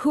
Who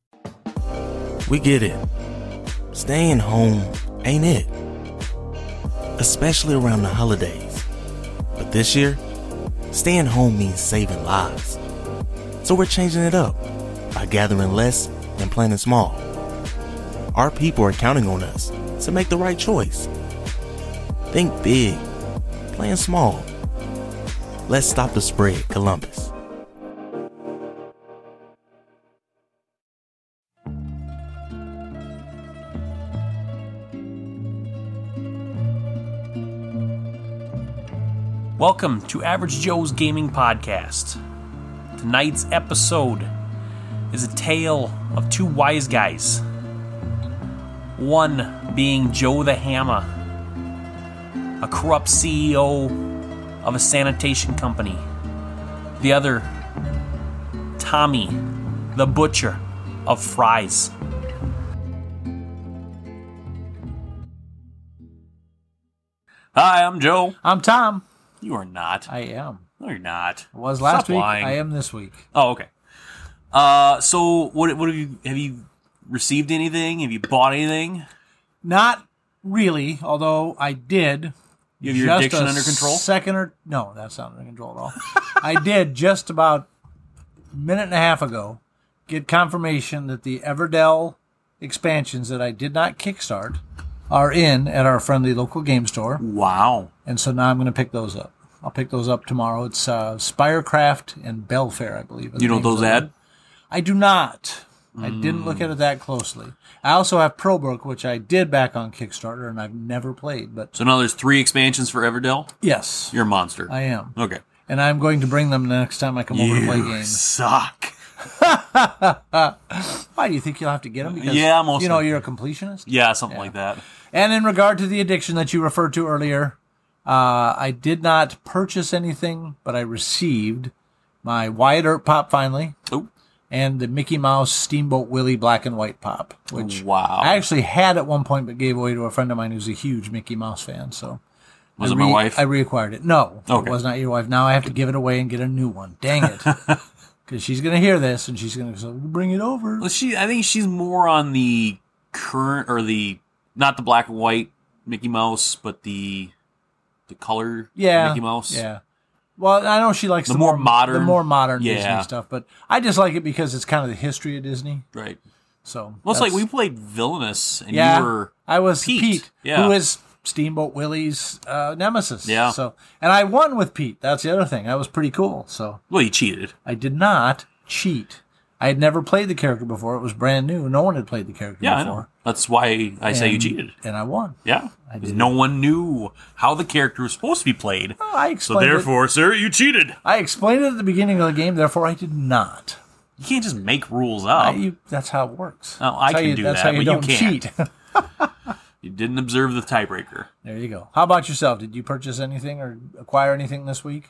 We get it. Staying home ain't it. Especially around the holidays. But this year, staying home means saving lives. So we're changing it up by gathering less and planning small. Our people are counting on us to make the right choice. Think big, plan small. Let's stop the spread, Columbus. Welcome to Average Joe's Gaming Podcast. Tonight's episode is a tale of two wise guys. One being Joe the Hammer, a corrupt CEO of a sanitation company. The other, Tommy the Butcher of Fries. Hi, I'm Joe. I'm Tom. You are not. I am. No, you're not. I was last Stop week. lying. I am this week. Oh, okay. Uh, so what? What have you? Have you received anything? Have you bought anything? Not really, although I did. You have your just addiction a under control. Second or no, that's not under control at all. I did just about a minute and a half ago get confirmation that the Everdell expansions that I did not kickstart are in at our friendly local game store, wow. and so now I'm going to pick those up. I'll pick those up tomorrow. It's uh, Spirecraft and Belfair, I believe. are the You know what names those Mm. of them. ad? I do not. I didn't look at it that closely. I also have Probrook, which I did back on Kickstarter and I've never played, but So now there's three expansions for Everdell. yes, You're a monster. I am. Okay. And I'm going to bring them the next time I come over to play You games. suck. Why do you think you'll have to get them? Because, Yeah, most You know, likely. you're a completionist. Yeah, something like that. And in regard to the addiction that you referred to earlier, uh, I did not purchase anything, but I received my Wyatt Earp pop finally. Oh, and the Mickey Mouse Steamboat Willie black and white pop, which Wow. I actually had at one point but gave away to a friend of mine who's a huge Mickey Mouse fan. So was I it my re- wife? I reacquired it. No, Okay. it was not your wife. Now I have to give it away and get a new one. Dang it. Because she's going to hear this and she's going to say, bring it over. well, she. I think she's more on the current or the not the black and white Mickey Mouse, but the the color Yeah. Mickey Mouse. Yeah. Well, I know she likes The the, more modern- the more modern Yeah. Disney stuff, but I just like it because it's kind of the history of Disney. Right. So Well, it's like that's- we played Villainous, and Yeah, you were I was Pete. Pete, Yeah. who is Steamboat Willie's uh, nemesis. Yeah. So, and I won with Pete. That's the other thing. I was pretty cool. So well, you cheated. I did not cheat. I had never played the character before. It was brand new. No one had played the character Yeah, I know. before. That's why I say you And- cheated. and I won. Yeah, I because did. no one knew how the character was supposed to be played. Well, Oh, I So explained. it. therefore, sir, you cheated. I explained it at the beginning of the game. Therefore, I did not. You can't just make rules up. I- you, you- that's how it works. Oh, I That's how can you- do that's that, how but you you don't can't. cheat. didn't observe the tiebreaker. there you go. How about yourself? Did you purchase anything or acquire anything this week?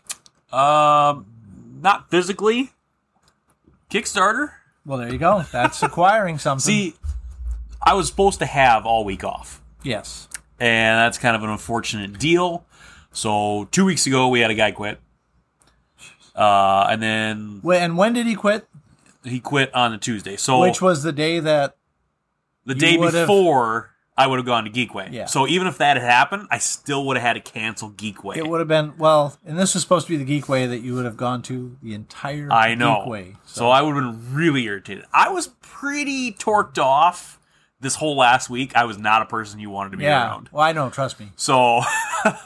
Um, not physically. Kickstarter. Well, there you go. That's acquiring something. See, I was supposed to have all week off, yes. and that's kind of an unfortunate deal. So two weeks ago, we had a guy quit. Uh, and then Wh- And when did he quit? he quit on a Tuesday. So which was the day that the You day would've- before I would have gone to Geekway. Yeah. So even if that had happened, I still would have had to cancel Geekway. it would have been well and this was supposed to be the geek way that you would have gone to the entire I know. geek way so. I would have been really irritated. I was pretty torqued off this whole last week. I was not a person you wanted to be yeah around. well i know trust me So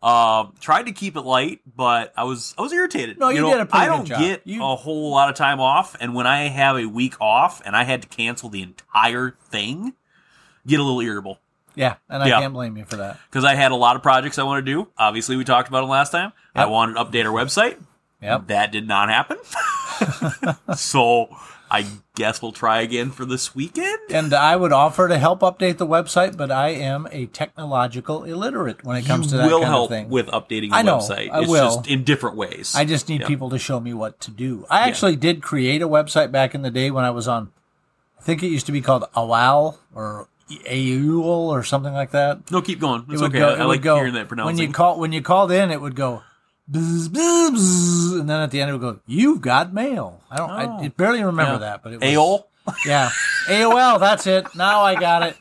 um, tried to keep it light, but I was I was irritated. No, you know, did a pretty I good don't job. get You- a whole lot of time off, and when I have a week off and I had to cancel the entire thing, get a little irritable. yeah and i Yeah. can't blame you for that because I had a lot of projects I want to do. Obviously, we talked about it last time. I Yep. wanted to update our website. yep That did not happen. so I guess we'll try again for this weekend. And I would offer to help update the website, but I am a technological illiterate when it comes to that will kind help of thing. with updating the I know, website. I it's will. just in different ways. I just need Yeah. people to show me what to do. I actually did create a website back in the day when I was on. I think it used to be called AWAL or AUL or something like that. No, keep going. It's it would okay. go. I, it I would like go, hearing that pronouncing. When you call, when you called in, it would go, bzz, bzz, bzz, and then at the end it would go, "You've got mail." I don't. I, I barely remember Oh. Yeah. that, but it was AOL. Yeah, AOL. That's it. Now I got it.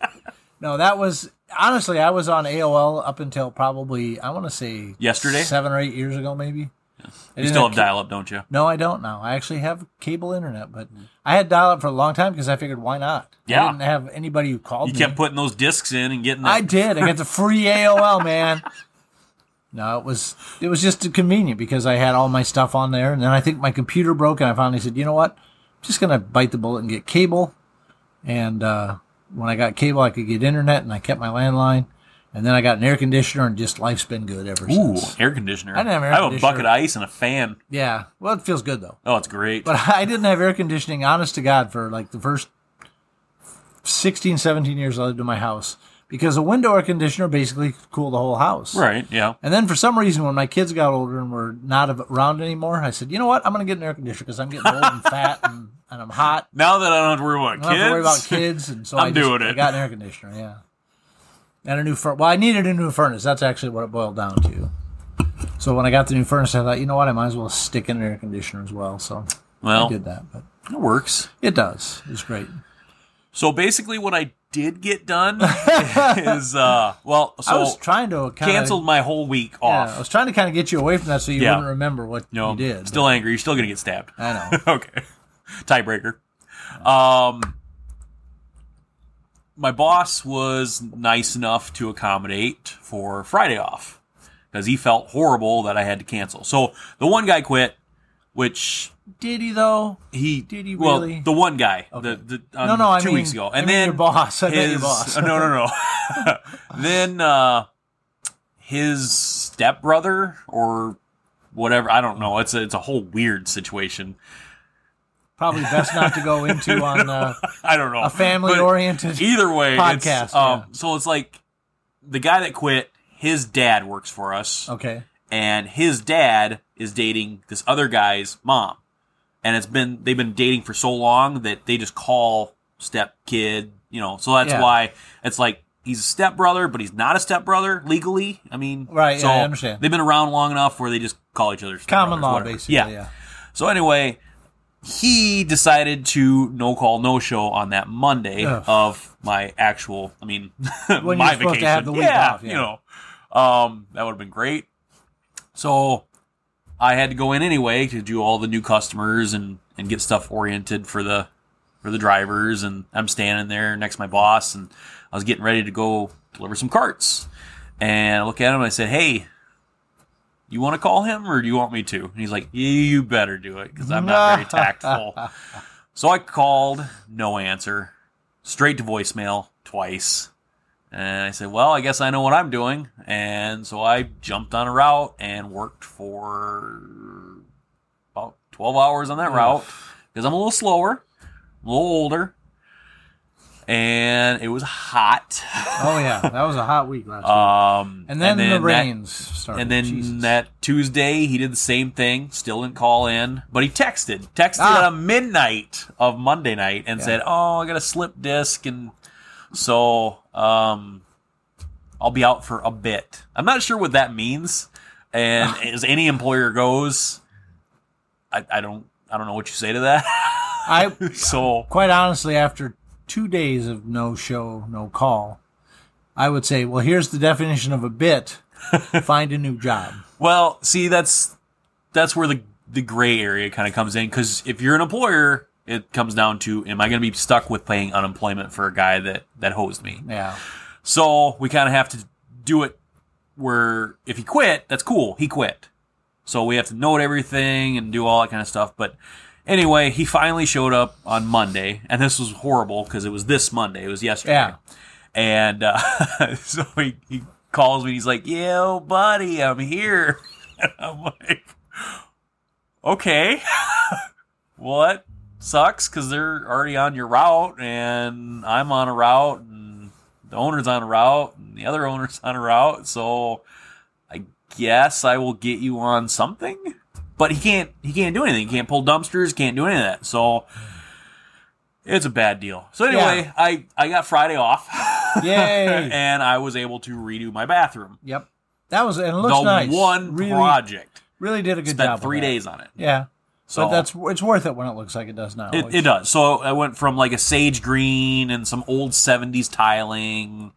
No, that was honestly, I was on AOL up until probably I want to say Yesterday? seven or eight years ago, maybe. I You didn't still have ca- dial up, don't you? No, I don't now. I actually have cable internet, but I had dial up for a long time because I figured why not? Yeah. I didn't have anybody who called You me. kept putting those discs in and getting that. I did. I got the free AOL, man. No, it was it was just convenient because I had all my stuff on there, and then I think my computer broke, and I finally said, you know what, I'm just gonna bite the bullet and get cable. And uh, when I got cable, I could get internet, and I kept my landline, and then I got an air conditioner, and just life's been good ever Ooh, since. air conditioner. I didn't have air I have a conditioner. bucket of ice and a fan. Yeah, well, it feels good though. Oh, it's great. But I didn't have air conditioning, honest to God, for like the first 16, 17 years I lived in my house because a window air conditioner basically could cool the whole house. right? Yeah. And then for some reason, when my kids got older and were not av- around anymore, I said, you know what? I'm going to get an air conditioner because I'm getting old and fat and, and I'm hot. Now that I don't have to worry about I don't kids, have to worry about kids. And so I'm I just- doing it. I got an air conditioner, yeah. And a new furnace. Well, I needed a new furnace. That's actually what it boiled down to. So when I got the new furnace, I thought, you know what? I might as well stick in an air conditioner as well. So I well, did that. But it works. it does. It's great. So basically, what I did get done is uh, well, I so was trying to kind canceled my whole week Yeah, off. I was trying to kind of get you away from that so you Yeah. wouldn't remember what no, you did. still angry. You're still gonna get stabbed. I know. okay. Tiebreaker. Um, my boss was nice enough to accommodate for Friday off because he felt horrible that I had to cancel. So the one guy quit, which Did he though? he Did he well really? the one guy Okay. the, the um, No, no, I two mean- weeks ago I and mean then your boss. I his, meant your boss. no no no then uh his stepbrother or whatever I don't know it's a, it's a whole weird situation Probably best not to go into on uh, I don't know a family-oriented But either way it's, podcast, um yeah. so it's like the guy that quit his dad works for us Okay. and his dad is dating this other guy's mom. And it's been they've been dating for so long that they just call step kid, you know. So that's Yeah. why it's like he's a stepbrother, but he's not a stepbrother legally. I mean, Right, yeah, So I understand. They've been around long enough where they just call each other Common stepbrothers, law, whatever. basically. Yeah. Yeah. So anyway, he decided to no call no show on that Monday Ugh. of my actual. I mean, When my you're supposed vacation. to have the week yeah, off, yeah. you know, um, that would have been great. So I had to go in anyway to do all the new customers and and get stuff oriented for the for the drivers. And I'm standing there next to my boss, and I was getting ready to go deliver some carts. And I look at him and I said, "Hey, you want to call him or do you want me to? And he's like, you better do it because I'm not very tactful. so I called, no answer, straight to voicemail twice. And I said, well, I guess I know what I'm doing. And so I jumped on a route and worked for about 12 hours on that route because I'm a little slower, a little older. And it was hot. Oh yeah, that was a hot week last week. Um, And then, the that- rains started. and then Oh, Jesus. that Tuesday, he did the same thing. Still didn't call in, but he texted. Texted Ah. at a midnight of Monday night and said, "Oh, I got a slip disc, and so um, I'll be out for a bit." I'm not sure what that means. And as any employer goes, I, I don't, I don't know what you say to that. I so quite honestly, after two days of no show, no call, I would say, well, here's the definition of a bit. Find a new job. Well, see, that's that's where the the gray area kind of comes in because if you're an employer, it comes down to am I going to be stuck with paying unemployment for a guy that that hosed me? Yeah. So we kind of have to do it where if he quit, that's cool, he quit. So we have to note everything and do all that kind of stuff. But anyway, he finally showed up on Monday, and this was horrible because it was this Monday, it was yesterday. Yeah. And uh, so he, he calls me. He's like, "Yo, buddy, I'm here." And I'm like, "Okay, what sucks because they're already on your route, and I'm on a route, and the owner's on a route, and the other owner's on a route. So I guess I will get you on something. But he can't. He can't do anything. He can't pull dumpsters. Can't do any of that. So it's a bad deal. So anyway, Yeah. I I got Friday off, Yay. and I was able to redo my bathroom. yep. That was and it looks the nice. one really, project. really did a good job. Spent with three that. days on it. Yeah. So but that's it's worth it when it looks like it does now. It, it does. So I went from like a sage green and some old 70s tiling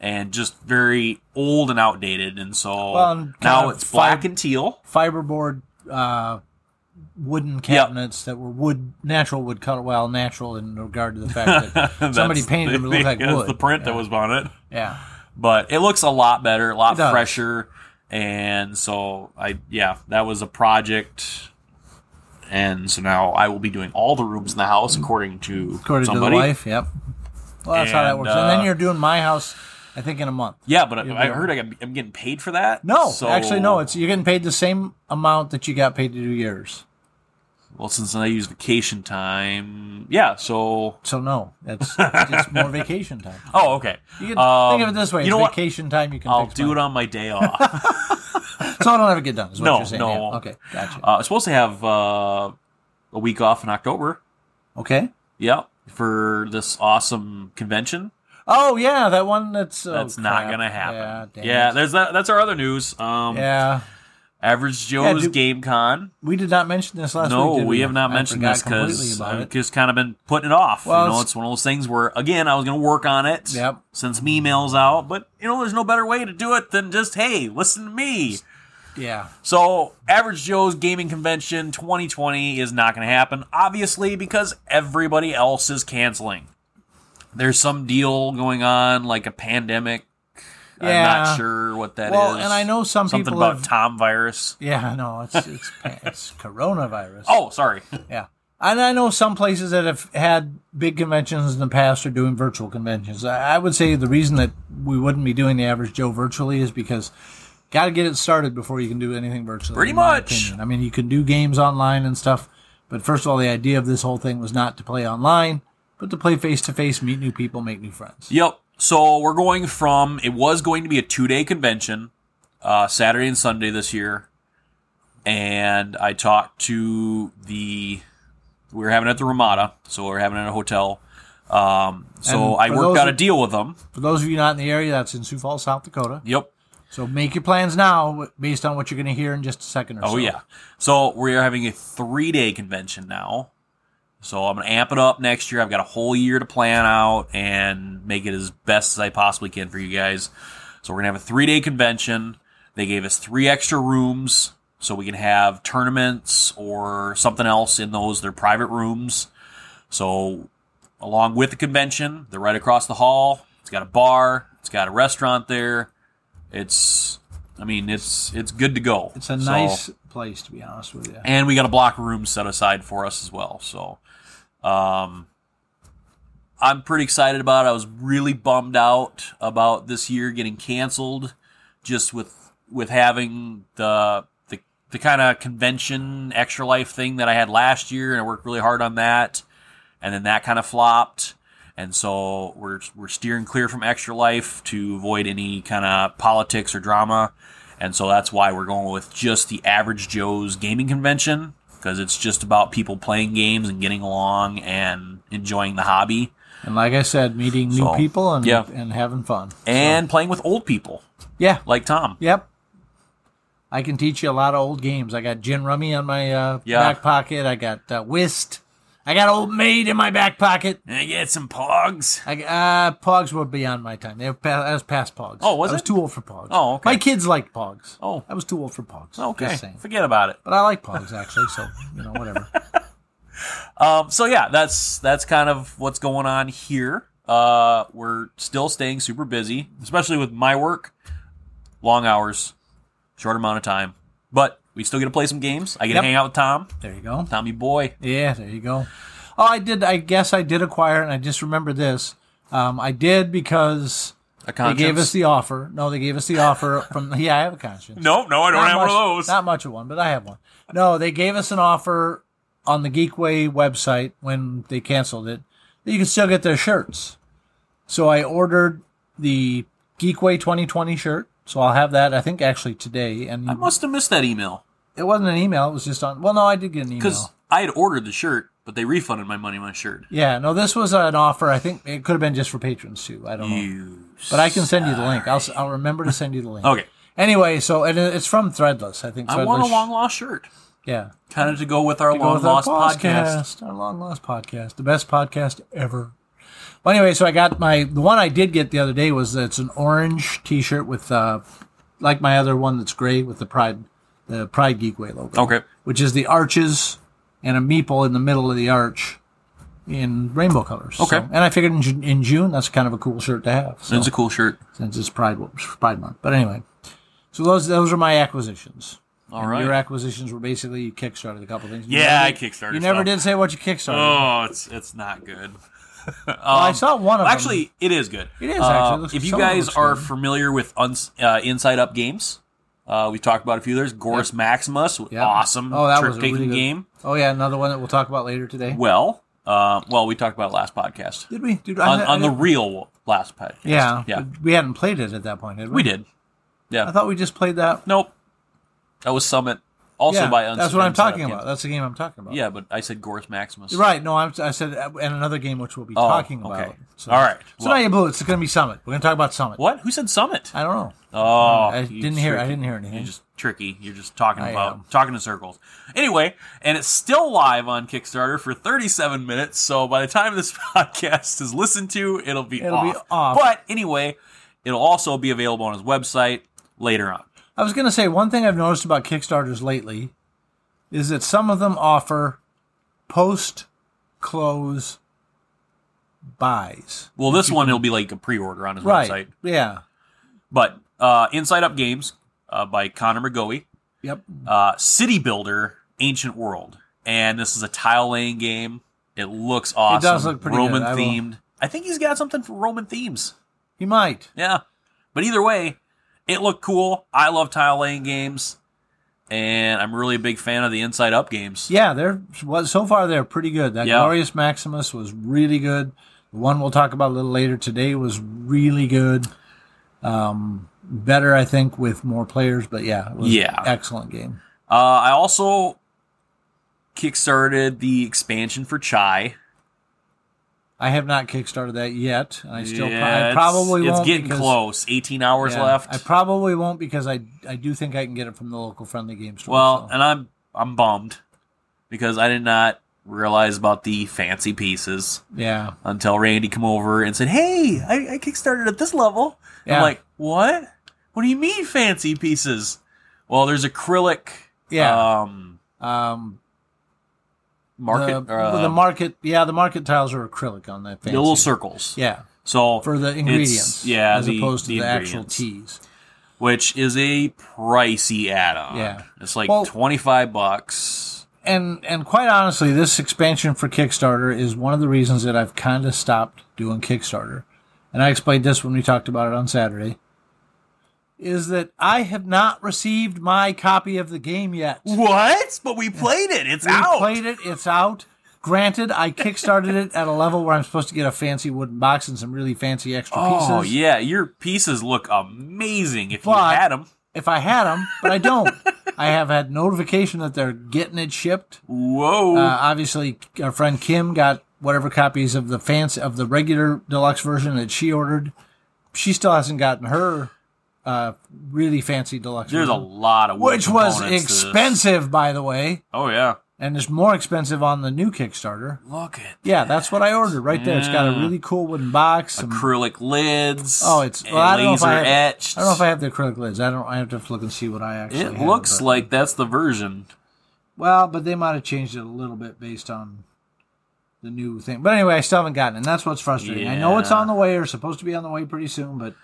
and just very old and outdated. And so Well, and kind now of it's black fi- and teal. Fiberboard uh, wooden cabinets that were wood natural wood cut well natural in regard to the fact that That's somebody painted them to look like that's wood. the print yeah. that was on it. Yeah. But it looks a lot better, a It lot does. fresher. And so I, yeah, that was a project. And so now I will be doing all the rooms in the house according to According somebody. to the wife, yep. Well, that's how that And, works. and then uh, you're doing my house, I think, in a month. Yeah, but I, You'll I be- heard I got- I'm getting paid for that. No, so- actually, no. It's you're getting paid the same amount that you got paid to do yours. Well, since I use vacation time, yeah. So, So no, it's it's more vacation time. oh, okay. You can Um, think of it this way: You know it's what? vacation time. You can. I'll fix do it mine. on my day off. So I don't ever get done. Is what No, you're saying? no, I Yeah, won't. Okay, gotcha. uh, I was supposed to have uh, a week off in October. okay. Yeah, for this awesome convention. Oh yeah, that one. That's oh, That's not crap. gonna Yeah, happen. Yeah, damn it. there's that. That's our other news. Um, yeah. Average Joe's do- Game Con. We did not mention this last no, week. did we have not mentioned I this forgot because completely I've about it. just kind of been putting it off. Well, you know, it's- it's, one of those things where again I was going to work on it. Yep. Since me mail's out, but you know, there's no better way to do it than just hey, listen to me. Yeah. So, Average Joe's Gaming Convention 2020 is not going to happen, obviously, because everybody else is canceling. There's some deal going on, like a pandemic. I'm Yeah. not sure what that is. Well, and I know some something people about have- Tom virus. Yeah. No, it's it's it's coronavirus. Oh, sorry. Yeah. And I know some places that have had big conventions in the past are doing virtual conventions. I I would say the reason that we wouldn't be doing the average Joe virtually is because got to get it started before you can do anything virtually. Pretty in my much. opinion. I mean, you can do games online and stuff, but first of all, the idea of this whole thing was not to play online, but to play face to face, meet new people, make new friends. Yep. So we're going from it was going to be a two day convention, uh, Saturday and Sunday this year, and I talked to the we were having it at the Ramada, so we are having it at a hotel. Um, so And I for worked those out a who- deal with them. For those of you not in the area, that's in Sioux Falls, South Dakota. Yep. So make your plans now based on what you're going to hear in just a second or so. Oh yeah. So we are having a three day convention now. So I'm gonna amp it up next year. I've got a whole year to plan out and make it as best as I possibly can for you guys. So we're gonna have a three day convention. They gave us three extra rooms so we can have tournaments or something else in those. They're private rooms. So along with the convention, they're right across the hall. It's got a bar. It's got a restaurant there. It's, I mean, it's it's good to go. It's a So- nice place, to be honest with you. and we got a block of room set aside for us as well. So, um, I'm pretty excited about. it. I was really bummed out about this year getting canceled, just with with having the the, the kind of convention extra life thing that I had last year, and I worked really hard on that, and then that kind of flopped. And so we're we're steering clear from extra life to avoid any kind of politics or drama. And so that's why we're going with just the average Joe's gaming convention because it's just about people playing games and getting along and enjoying the hobby And like I said, meeting new So, people and yeah. and having fun. and playing with old people Yeah. like Tom. Yep. I can teach you a lot of old games. I got gin rummy on my uh, Yeah. back pocket. I got uh, whist. I got old maid in my back pocket. And I get some pogs. I g- uh, pogs were beyond my time. They were pa- I was past pogs. Oh, was I was it? too old for pogs. Oh, okay. My kids liked pogs. Oh. I was too old for pogs. Okay, Just saying. forget about it. But I like pogs actually, so you know whatever. Um, so yeah, that's that's kind of what's going on here. Uh, we're still staying super busy, especially with my work. Long hours, short amount of time, but we still get to play some games. I get Yep. to hang out with Tom, there you go. Tommy boy. Yeah, there you go. Oh, I did. I guess I did acquire, and I just remember this. Um, I did because A They conscience. gave us the offer. No, they gave us the offer from. Yeah, I have a conscience. no, no, I don't Not have much, one of those. Not much of one, but I have one. No, they gave us an offer on the Geekway website when they canceled it that you could still get their shirts. So I ordered the Geekway 2020 shirt. So I'll have that. I think actually today, and I must have missed that email it wasn't an email. It was just on. Well, no, I did get an email. because I had ordered the shirt, but they refunded my money on my shirt. Yeah, no, this was an offer. I think it could have been just for patrons too. I don't know, You. but I can send you the link. I'll s- I'll remember to send you the link. Okay. Anyway, so and it- it's from Threadless. I think. I want a Threadless- long lost shirt, Yeah. kind of to go with our To go long with our lost podcast. Our long lost podcast, the best podcast ever. Well, anyway, so I got my the one I did get the other day was it's an orange T-shirt with uh, like my other one that's gray with the pride the Pride Geekway logo. Okay. which is the arches and a meeple in the middle of the arch in rainbow colors. Okay. So- and I figured in, Ju- in June that's kind of a cool shirt to have. So It's a cool shirt. since it's Pride Pride Month. But anyway, so those those are my acquisitions. All right. Your acquisitions were basically you kickstarted a couple things. You Yeah, never I did- kickstarted You never stuff. did say what you kickstarted. Oh, it's it's not good. Um, I saw one of them. Actually, it is good. It is, Uh, actually. It looks- if you some of it guys looks are good. familiar with uns- uh, Inside Up games, uh, we talked about a few. There's Goris Maximus, Yeah. awesome Oh, that was trick a taking really good- game. Oh yeah, another one that we'll talk about later today. Well, uh, well, we talked about it last podcast Did we? Dude, on, I, on I- the real last podcast. yeah, yeah, We hadn't played it at that point, did we? we did. I Yeah, thought we just played that. nope, that was Summit. Also yeah, by Uns- that's what I'm Inside Up talking Games. about. That's the game I'm talking about. Yeah, but I said Goris Maximus. Right. No, I'm, I said, uh, and another game which we'll be Oh, talking about. okay. All right. So Well- now you blew it. It's going to be Summit. We're going to talk about Summit. What? Who said Summit? I don't know. Oh, I you didn't hear. I tricky. didn't hear anything. You're just tricky. You're just talking I about am. talking in circles. Anyway, and it's still live on Kickstarter for 37 minutes. So by the time this podcast is listened to, it'll be, It'll off. be off. But anyway, it'll also be available on his website later on. I was going to say one thing I've noticed about Kickstarters lately is that some of them offer post close buys. Well, this one it'll be like a pre-order on his Right. website. Yeah. But uh, Inside Up Games uh, by Connor McGowey, Yep. uh, City Builder, Ancient World, and this is a tile laying game. It looks awesome. look pretty good. Roman I will- themed. I think he's got something for Roman themes. He might. Yeah. But either way, it looked cool. I love tile laying games, and I'm really a big fan of the Inside Up games. Yeah, they're well, so far they're pretty good. That Yeah. glorious Maximus was really good. The one we'll talk about a little later today was really good. Um, better, I think, with more players, but yeah, it was Yeah. excellent game. Uh, I also kickstarted the expansion for Chai. I have not kickstarted that yet. and I still, pro- Yeah, I it's- probably it's, won't. getting because- close. 18 hours yeah, left. I probably won't because I I do think I can get it from the local friendly game store. well, so. and I'm I'm bummed because I did not realize about the fancy pieces yeah, until Randy came over and said, "Hey, I, I kickstarted at this level." Yeah. I'm like, "What? What do you mean fancy pieces?" Well, there's acrylic, Yeah. um, um, market, the, uh, the market, yeah, the market tiles are acrylic on that. the Fancy. little circles. yeah, So for the it's- ingredients, yeah, as the- opposed to the, actual ingredients, teas. which is a pricey add-on. Yeah. it's like Well- twenty-five bucks. and and quite honestly, this expansion for Kickstarter is one of the reasons that I've kind of stopped doing Kickstarter. And I explained this when we talked about it on Saturday. Is that I have not received my copy of the game yet. What? But we played it. It's We out. played it. It's out. Granted, I kickstarted it at a level where I'm supposed to get a fancy wooden box and some really fancy extra oh pieces. yeah, your pieces look amazing if But- you had them. If I had them, but I don't. I have had notification that they're getting it shipped. Whoa. Uh, obviously, our friend Kim got whatever copies of the fancy of the regular deluxe version that she ordered. She still hasn't gotten her uh, really fancy deluxe, There's a version, lot of wood which was components to this. expensive, by the way, Oh yeah. and is more expensive on the new Kickstarter. Look at Yeah, that's what I ordered right there. It's got a really cool wooden box. Some, acrylic lids. oh, it's and well, I don't know if laser I have, etched. I don't know if I have the acrylic lids. I don't. I have to look and see what I actually. It have, looks but- like that's the version. Well, but they might have changed it a little bit based on the new thing. But anyway, I still haven't gotten it. And that's what's frustrating. I know it's Yeah. on the way or supposed to be on the way pretty soon, but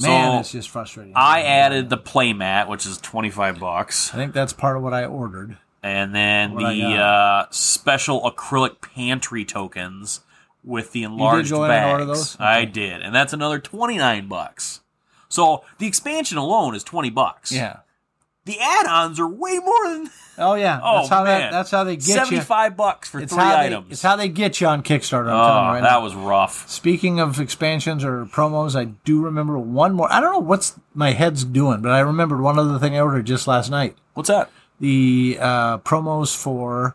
man, So, it's just frustrating. I added the playmat, which is twenty five bucks, I think that's part of what I ordered. and then What I the uh, special acrylic pantry tokens with the enlarged go in and bags. order those? I Okay. did, and that's another twenty nine bucks. So the expansion alone is twenty bucks. Yeah. The add-ons are way more than Oh yeah, oh that's how man. that, that's how they get you. seventy-five bucks for It's three how they, items. It's how they get you on Kickstarter. I'm oh, telling you right that now. was rough. Speaking of expansions or promos, I do remember one more. I don't know what's my head's doing, but I remembered one other thing I ordered just last night. What's that? The uh, promos for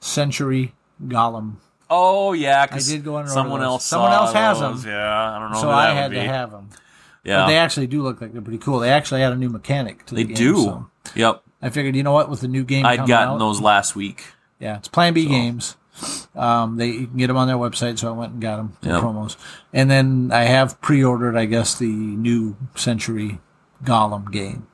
Century Golem. Oh yeah, 'cause I did go on and order someone those. else. Someone saw else has those. them. Yeah, I don't know. so who I Oh, that had would to be. have them. Yeah, They actually do look like they're pretty cool. They actually add a new mechanic to they the game. do. so Yep, I figured, you know what, with the new game I'd coming gotten out- those last week. Yeah, it's Plan B Games. Um, they you can get them on their website, so I went and got them the Yeah. promos. And then I have pre-ordered, I guess, the new Century Golem game,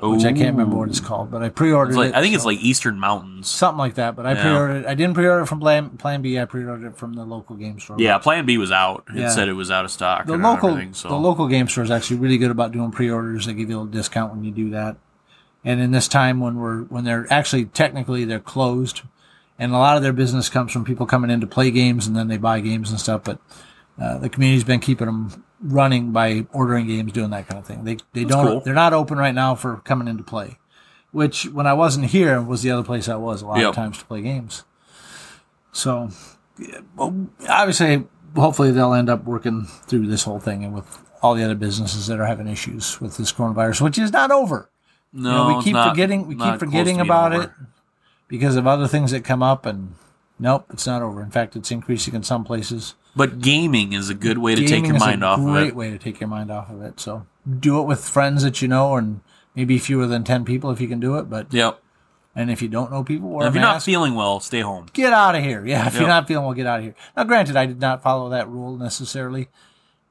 Oh, which I can't remember what it's called, but I pre-ordered It's like, it. I think it's so- like Eastern Mountains. something like that. But I Yeah. pre-ordered. I didn't pre-order it from Plan, Plan B. I pre-ordered it from the local game store. Yeah, Plan B was out. It Yeah. said it was out of stock. the and local everything, so. the local game store is actually really good about doing pre-orders. They give you a little discount when you do that. And in this time when we're when they're actually technically they're closed, and a lot of their business comes from people coming in to play games and then they buy games and stuff. But uh, the community's been keeping them running by ordering games, doing that kind of thing. They they don't cool. they're not open right now for coming into play, which when I wasn't here was the other place I was a lot Yep. of times to play games. So obviously, hopefully they'll end up working through this whole thing and with all the other businesses that are having issues with this coronavirus, which is not over. no, You know, we it's keep not- forgetting, we not keep close to forgetting being about over. it because of other things that come up, and nope, it's not over. In fact, it's increasing in some places. But gaming is a good way to take Gaming your is a mind off of Great it. way to take your mind off of it. So do it with friends that you know, and maybe fewer than ten people if you can do it. But Yep. and if you don't know people, wear And a if you're not mask. feeling well, stay home. get out of here. Yeah, if Yeah. you're not feeling well, get out of here. Now, granted, I did not follow that rule necessarily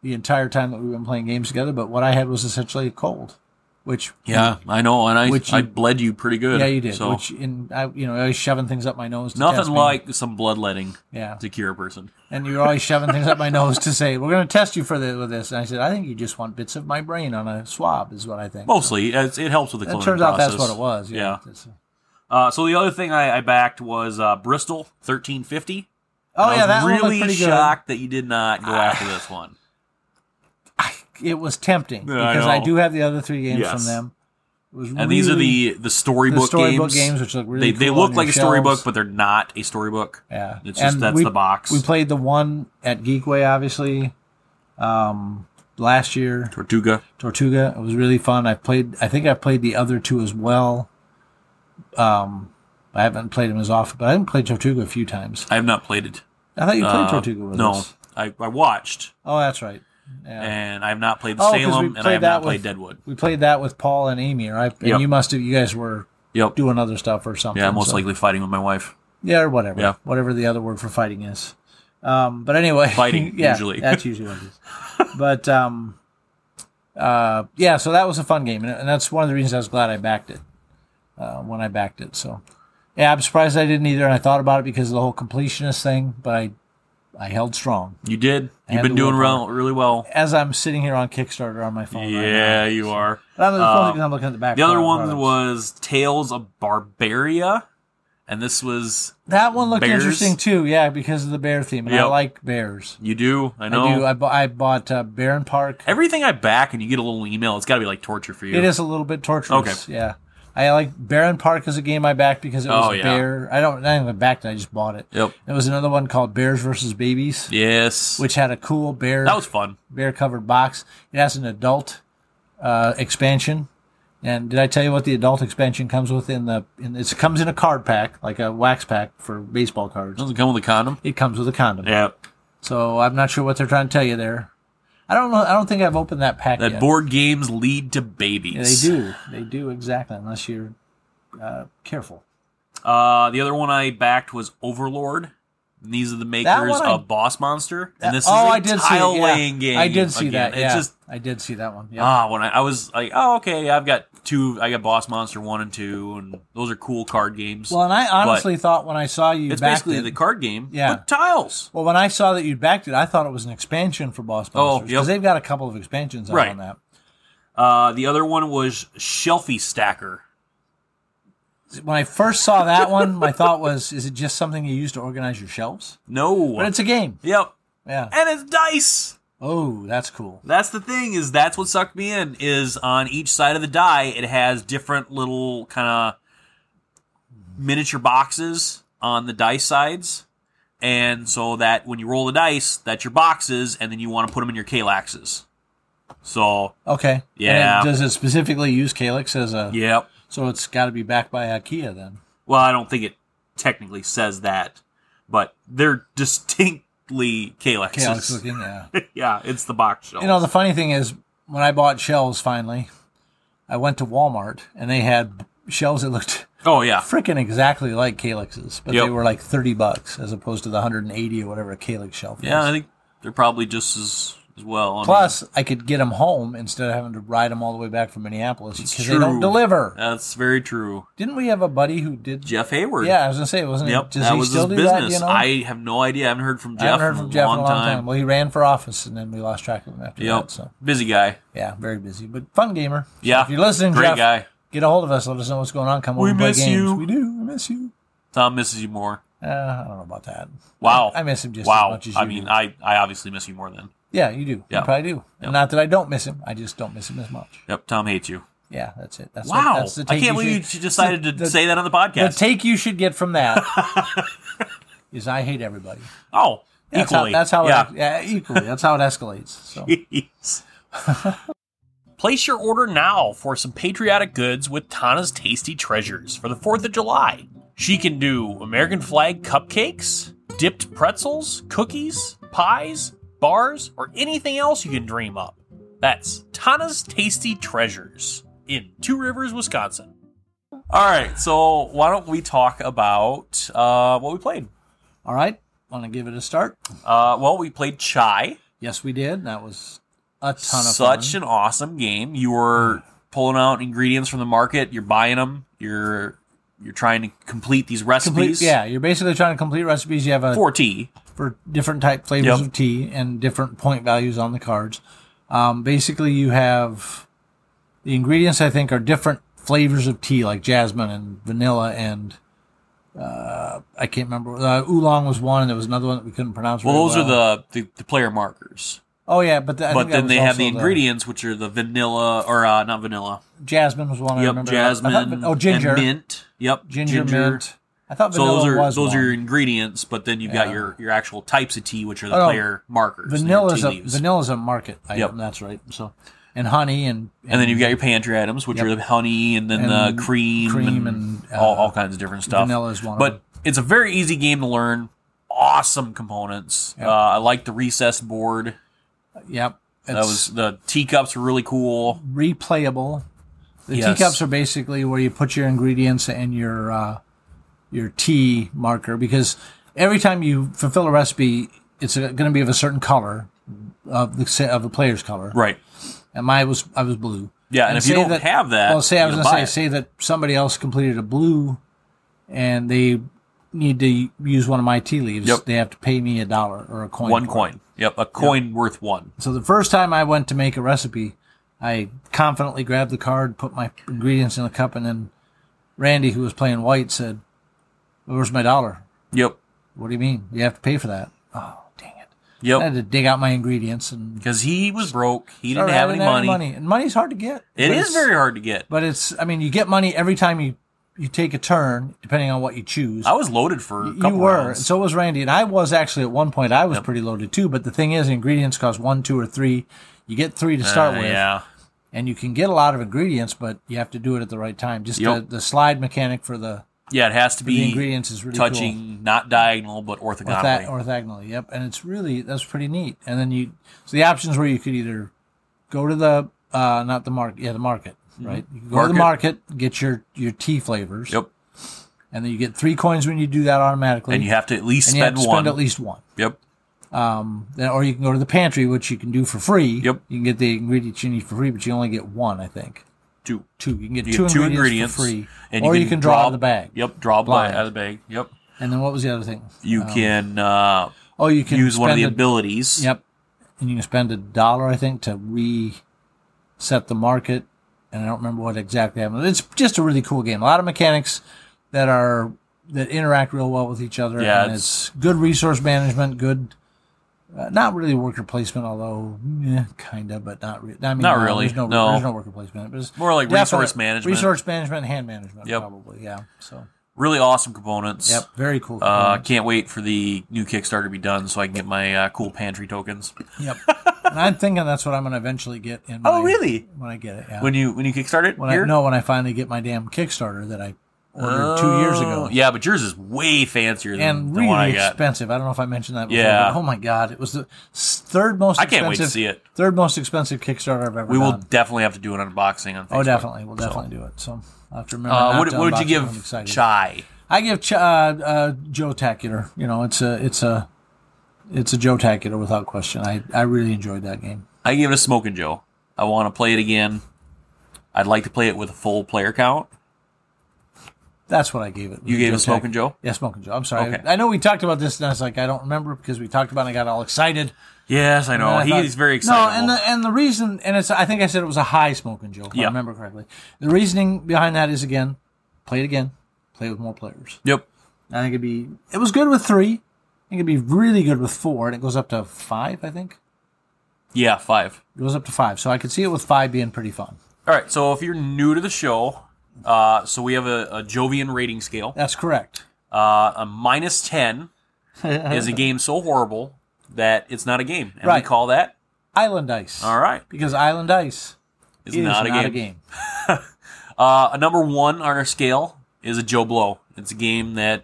the entire time that we've been playing games together, but what I had was essentially a cold, which Yeah, I know, and I Which I you- bled you pretty good. yeah, you did. So Which in I, you know, always shoving things up my nose. To test nothing me. like some bloodletting yeah, to cure a person. and you were always shoving things up my nose to say we're going to test you for the, with this, and I said I think you just want bits of my brain on a swab is what I think. Mostly, it's, it helps with the. it cloning turns out that's process. what it was. Yeah. Yeah. It's- Uh, so the other thing I, I backed was uh, Bristol thirteen fifty. Oh yeah, that one really looked pretty Ah. shocked that you did not go after this one. good. It was tempting Yeah, I because I, know. do have the other three games Yes. from them. It was And these are really- the the storybook, the storybook games, which look really they they cool look on like a your storybook, shelves. but they're not a storybook. Yeah, It's just- that's we- the box. We played the one at Geekway, obviously, um, last year. Tortuga. Tortuga. It was really fun. I played. I think I played the other two as well. Um, I haven't played them as often, but I haven't played Tortuga a few times. I have not played it. I thought you played Uh, Tortuga with no, us. I, I watched Oh, that's right. Yeah. and I have not played Oh, 'cause we Salem and I played have not that played with- Deadwood. we played that with Paul and Amy, right? And Yep. you must have. You guys were Yep. doing other stuff or something. Yeah, most so- likely fighting with my wife. Yeah, or whatever. Yeah. Whatever the other word for fighting is. Um, but anyway, Fighting, yeah, usually. that's usually what it is. But um, uh, yeah, so that was a fun game, and, and that's one of the reasons I was glad I backed it uh, when I backed it. So yeah, I'm surprised I didn't either, and I thought about it because of the whole completionist thing, but I I held strong. You did. You've had been the doing willpower. real, really well. As I'm sitting here on Kickstarter on my phone, right yeah, now. you are. But I'm, it's mostly Um, 'cause I'm looking at the back. The other product- one products. was Tales of Barbaria, and this was that one looked bears. interesting too, yeah, because of the bear theme, and I Yep. like bears. you do. I know. I do. I, bu- I bought uh, Barron Park. Everything I back and you get a little email, it's got to be like torture for you. It is a little bit torturous. Okay. Yeah. I like Barron Park is a game I backed because it was Oh, yeah. Bear. I don't. I even backed it. I just bought it. Yep. There was another one called Bears versus Babies, Yes. which had a cool bear that was fun. bear covered box. It has an adult uh, expansion. And did I tell you what the adult expansion comes with in the? In, it comes in a card pack, like a wax pack for baseball cards. Doesn't come with a condom. It comes with a condom. Yeah. So I'm not sure what they're trying to tell you there. I don't know. I don't think I've opened that pack That yet. board games lead to Yeah, they babies. do. They do exactly, unless you're uh, careful. Uh, the other one I backed was Overlord. And these are the makers one I- of Boss Monster, and this is oh, a I did see tile it, yeah. laying game. I did see again. that. Yeah. It's just I did see that one. Yep. ah, when I, I was like, oh, okay, I've got two. I got Boss Monster one and two, and those are cool card games. well, and I honestly thought when I saw you it's backed basically it, the card game Yeah. with tiles. well, when I saw that you backed it, I thought it was an expansion for Boss Monsters Oh, yep. because they've got a couple of expansions out Right. on that. Uh, the other one was Shelfie Stacker. When I first saw that one, my thought was, is it just something you use to organize your shelves? No, But it's a game. yep, Yeah. and it's dice. Oh, that's cool. That's the thing is that's what sucked me in is on each side of the die it has different little kind of miniature boxes on the dice sides. And so that when you roll the dice, that's your boxes and then you want to put them in your calyxes. So, Okay. Yeah. And it, does it specifically use Calyx as a? yep. So it's got to be backed by IKEA then. Well, I don't think it technically says that, but they're distinctly calyxes. Calyx looking. Yeah. yeah, it's the box shelf. You know, the funny thing is, when I bought shelves finally, I went to Walmart and they had shelves that looked oh yeah. freaking exactly like calyxes, but they Yep. were like 30 bucks as opposed to the 180 or whatever a calyx shelf Yeah, I is. think they're probably just as as well. I mean, Plus, I could get them home instead of having to ride them all the way back from Minneapolis it's because they don't true. deliver. That's very true. Didn't we have a buddy who did? Jeff Hayward. Yeah, I was gonna say, wasn't Yep, it? Does that he was his still do business. that? do You know, I have no idea. I haven't heard from I Jeff, haven't heard from Jeff a long, time. Well, he ran for office, and then we lost track of him after Yep, that. So, busy guy. yeah, very busy, but fun gamer. So Yeah, if you're listening, great Jeff, guy. get a hold of us. Let us know what's going on. Come over We and play miss games. you. We do. We miss you. Tom misses you more. Uh, I don't know about that. Wow, I miss him just wow. as much as I you mean, do. I I obviously miss you more than. Yeah, you do. Yeah. You probably do. And Not that I don't miss him. I just don't miss him as much. Yep, Tom hates you. Yeah, that's it. That's wow, What, that's the take I can't you believe you should- decided to the- the- say that on the The podcast. take you should get from that is I hate everybody. oh, Yeah, equally. That's how, yeah. that's how It, yeah, equally. That's how it escalates. So Jeez. Place your order now for some patriotic goods with Tana's Tasty Treasures for the 4th of July. She can do American flag cupcakes, dipped pretzels, cookies, pies, bars, or anything else you can dream up. That's Tana's Tasty Treasures in Two Rivers, Wisconsin. All right, so why don't we talk about uh, what we played? all right. Wanna give it a start? Uh, well, we played Chai. Yes we did. That was a ton of such fun. Hmm. an awesome game. You were pulling out ingredients from the market. You're buying them. You're you're trying to complete these recipes. complete yeah, you're basically trying to complete recipes. You have a for tea. for different type flavors Yep. of tea and different point values on the cards. Um, basically, you have the ingredients. I think are different flavors of tea, like jasmine and vanilla, and uh, I can't remember. Uh, oolong was one, and there was another one that we couldn't pronounce. Well, very those are the, the the player markers. Oh yeah, but the, I but think that then was they have also the ingredients, which are the vanilla or uh, not vanilla. Jasmine was one. I Yep, remember. I jasmine. thought- oh, ginger, and mint. Yep, ginger, mint. I thought So vanilla those are was those are one. your ingredients, but then you've got your, your actual types of tea, which are the Oh, no. player markers. and your vanilla's tea a leaves. vanilla's a market item. Yep. That's right. So, and honey and And then you've got your pantry items, which are the honey and then Um, And the cream, cream and, and, all, uh, all kinds of different stuff. vanilla is one of But them. it's a very easy game to learn. Awesome components. Uh, I like the recess board. yep. That It's- was the teacups were really cool. replayable. The Yes. teacups are basically where you put your ingredients and your uh, your tea marker because every time you fulfill a recipe, it's going to be of a certain color of the sa- of the player's color. Right. And mine was I was blue. Yeah, and if you say don't have that, well, say I you was don't going to say buy it. say that somebody else completed a blue, and they need to use one of my tea leaves. Yep. They have to pay me a dollar or a coin. One for it. coin. Yep. A coin worth one. So the first time I went to make a recipe, I confidently grabbed the card, put my ingredients in a cup, and then Randy, who was playing white, said, "Where's my dollar? Yep. What do you mean? You have to pay for that." Oh, dang it! I Yep. had to dig out my ingredients and Because he was broke. He didn't Sorry, I have any money. And money's hard to get. It But is it's- very hard to get. But it's I mean, you get money every time you you take a turn, depending on what you choose. I was loaded for a couple you were, rounds. and so was Randy, and I was actually at one point. I was pretty loaded too. But the thing is, ingredients cost one, two, or three. You get three to start Uh, with. yeah. and you can get a lot of ingredients, but you have to do it at the right time. Just Yep. the, the slide mechanic for the, Yeah, it has to the be ingredients is really cool. touching, not diagonal, but orthogonally. Ortho- orthogonally. Yep, and it's really that's pretty neat. And then you so the options were you could either go to the uh, not the market, yeah, the market, right? You could go to the market, get your your tea flavors. Mm-hmm. Yep. and then you get three coins when you do that automatically, And you have to at least and you have spend to one. spend at least one. yep. Then, or you can go to the pantry, which you can do for free. Yep. you can get the ingredients you need for free, but you only get one, I think. Two. Two, you can get You two, get two ingredients, ingredients, for free, and or you can draw, out of the bag. Yep, draw blind Blind. out of the bag. Yep. And then what was the other thing? You can, uh, Oh, you can use one of the spend abilities. A, yep, and you can spend a dollar, I think, to reset the market. And I don't remember what exactly happened. It's just a really cool game. A lot of mechanics that are that interact real well with each other. Yeah, and it's- it's, good resource management, good Uh, not really worker placement, although eh, kind of, but not really. I mean, Not no, really, There's no, no. There's no worker placement. But it's More like definite- resource management. resource management, hand management, Yep. probably. Yeah. So, Really awesome components. yep, very cool. Uh, can't wait for the new Kickstarter to be done so I can get my uh, cool pantry tokens. yep. and I'm thinking that's what I'm going to eventually get. In my, When I get it, yeah. Oh, When you when you kickstart it Oh, when here? I know when I finally get my damn Kickstarter that I ordered two years ago. Oh, Yeah, but yours is way fancier than and the one I really got. expensive. I don't know if I mentioned that. Before, Yeah. But oh my god, it was the s- third most. I Expensive, can't wait to see it. Third most expensive Kickstarter I've ever. we will done. definitely have to do an unboxing on Facebook. Oh, definitely. We'll definitely do it. So I have to remember. Uh, not what, to what did unbox you it. I'm give excited. Chai? I give Ch- uh, uh, Joe Tacular. You know, it's a it's a it's a Joe Tacular without question. I I really enjoyed that game. I gave it a Smoking Joe. I want to play it again. I'd like to play it with a full player count. That's what I gave it. You gave Joe it Smoking Tac- Joe? Yeah, Smoking Joe. I'm sorry. Okay. I know we talked about this, and I was like, I don't remember because we talked about. it and I got all excited. Yes, I know. And I thought- He's very excited. No, and the and the reason and it's I think I said it was a high smoking joke, if Yeah. I remember correctly. The reasoning behind that is again, play it again, play with more players. yep. I think it'd be it was good with three. I think it'd be really good with four, and it goes up to five, I think. Yeah, five. It goes up to five. So I could see it with five being pretty fun. All right. So if you're new to the show, uh, so we have a, a Jovian rating scale. That's correct. Uh, a minus ten is a game so horrible that it's not a game, and we Right. call that Island Ice. all right. Because Island Ice It's is not, a, game. Uh, a number one on our scale is a Joe Blow. It's a game that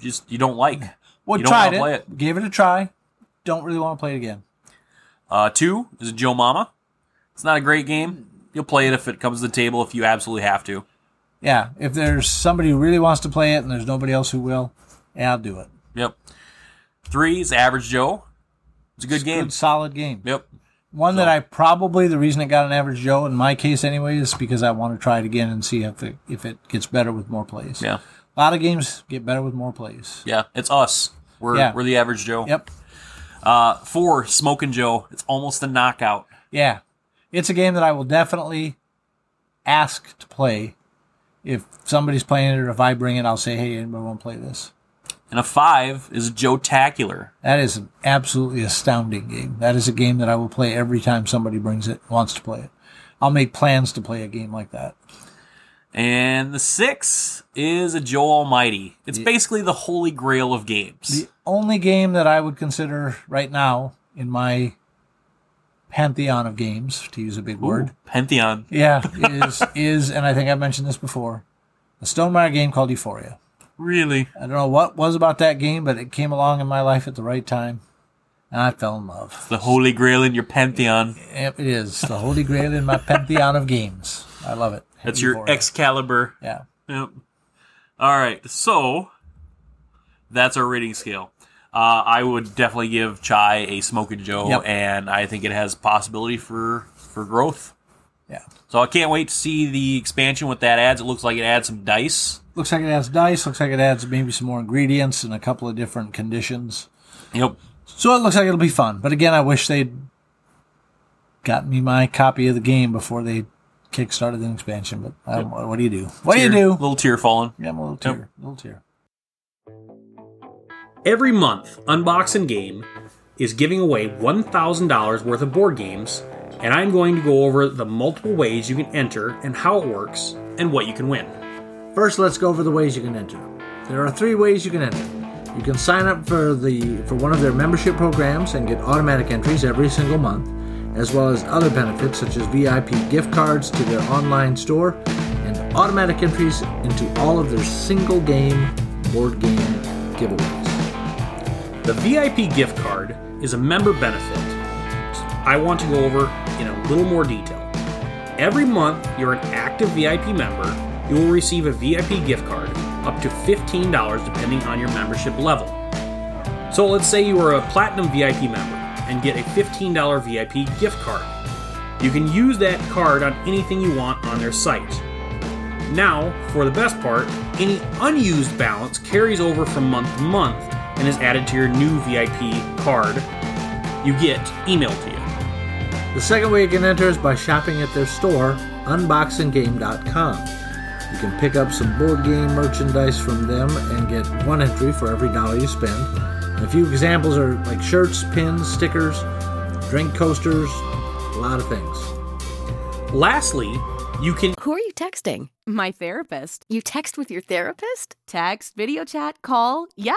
just you don't like. Well You don't tried wanna it, play Gave it a try. Don't really want to play it again. Uh, two is a Joe Mama. It's not a great game. You'll play it if it comes to the table if you absolutely have to. Yeah. If there's somebody who really wants to play it and there's nobody else who will, yeah, I'll do it. Yep. Three is Average Joe. It's a good game. Good solid game. Yep. One that I probably the reason it got an average Joe in my case anyway is because I want to try it again and see if it if it gets better with more plays. Yeah. A lot of games get better with more plays. Yeah. It's us. We're Yeah. we're the average Joe. Yep. Uh, four, Smoking Joe. It's almost a knockout. Yeah. It's a game that I will definitely ask to play. If somebody's playing it or if I bring it, I'll say, Hey, anybody want to play this? And a five is Joe Tacular. That is an absolutely astounding game. That is a game that I will play every time somebody brings it wants to play it. I'll make plans to play a game like that. And the six is a Joe Almighty. It's basically the holy grail of games. The only game that I would consider right now in my pantheon of games, to use a big word, Pantheon. yeah, is is, and I think I mentioned this before, a Stonemeyer game called Euphoria. Really? I don't know what was about that game, but it came along in my life at the right time, and I fell in love. The holy grail in your pantheon. Yep, It is the holy grail in my pantheon of games. I love it. That's your Euphoria. Excalibur. Yeah. Yep. All right. So that's our rating scale. Uh, I would definitely give Chai a Smoking Joe, Yep. and I think it has possibility for for growth. Yeah. So I can't wait to see the expansion with that adds. It looks like it adds some dice. Looks like it adds dice. Looks like it adds maybe some more ingredients and a couple of different conditions. Yep. So it looks like it'll be fun. But again, I wish they'd gotten me my copy of the game before they kickstarted an expansion. But I don't, what do you do? What do you Tear- do? Little tear falling. Yeah, I'm a little tear. little tear. Every month, Unbox and Game is giving away $1,000 worth of board games, and I'm going to go over the multiple ways you can enter and how it works and what you can win. First, let's go over the ways you can enter. There are three ways you can enter. You can sign up for the for one of their membership programs and get automatic entries every single month, as well as other benefits such as VIP gift cards to their online store and automatic entries into all of their single game board game giveaways. The VIP gift card is a member benefit I want to go over in a little more detail. Every month you're an active VIP member, you will receive a VIP gift card up to $15 depending on your membership level. So let's say you are a platinum VIP member and get a $15 VIP gift card. You can use that card on anything you want on their site. Now, for the best part, any unused balance carries over from month to month and is added to your new VIP card you get emailed to you. The second way you can enter is by shopping at their store, unboxinggame.com. You can pick up some board game merchandise from them and get one entry for every dollar you spend. A few examples are like shirts, pins, stickers, drink coasters, a lot of things. Lastly, you can Who are you texting? My therapist. You text with your therapist? Text, video chat, call. Yep.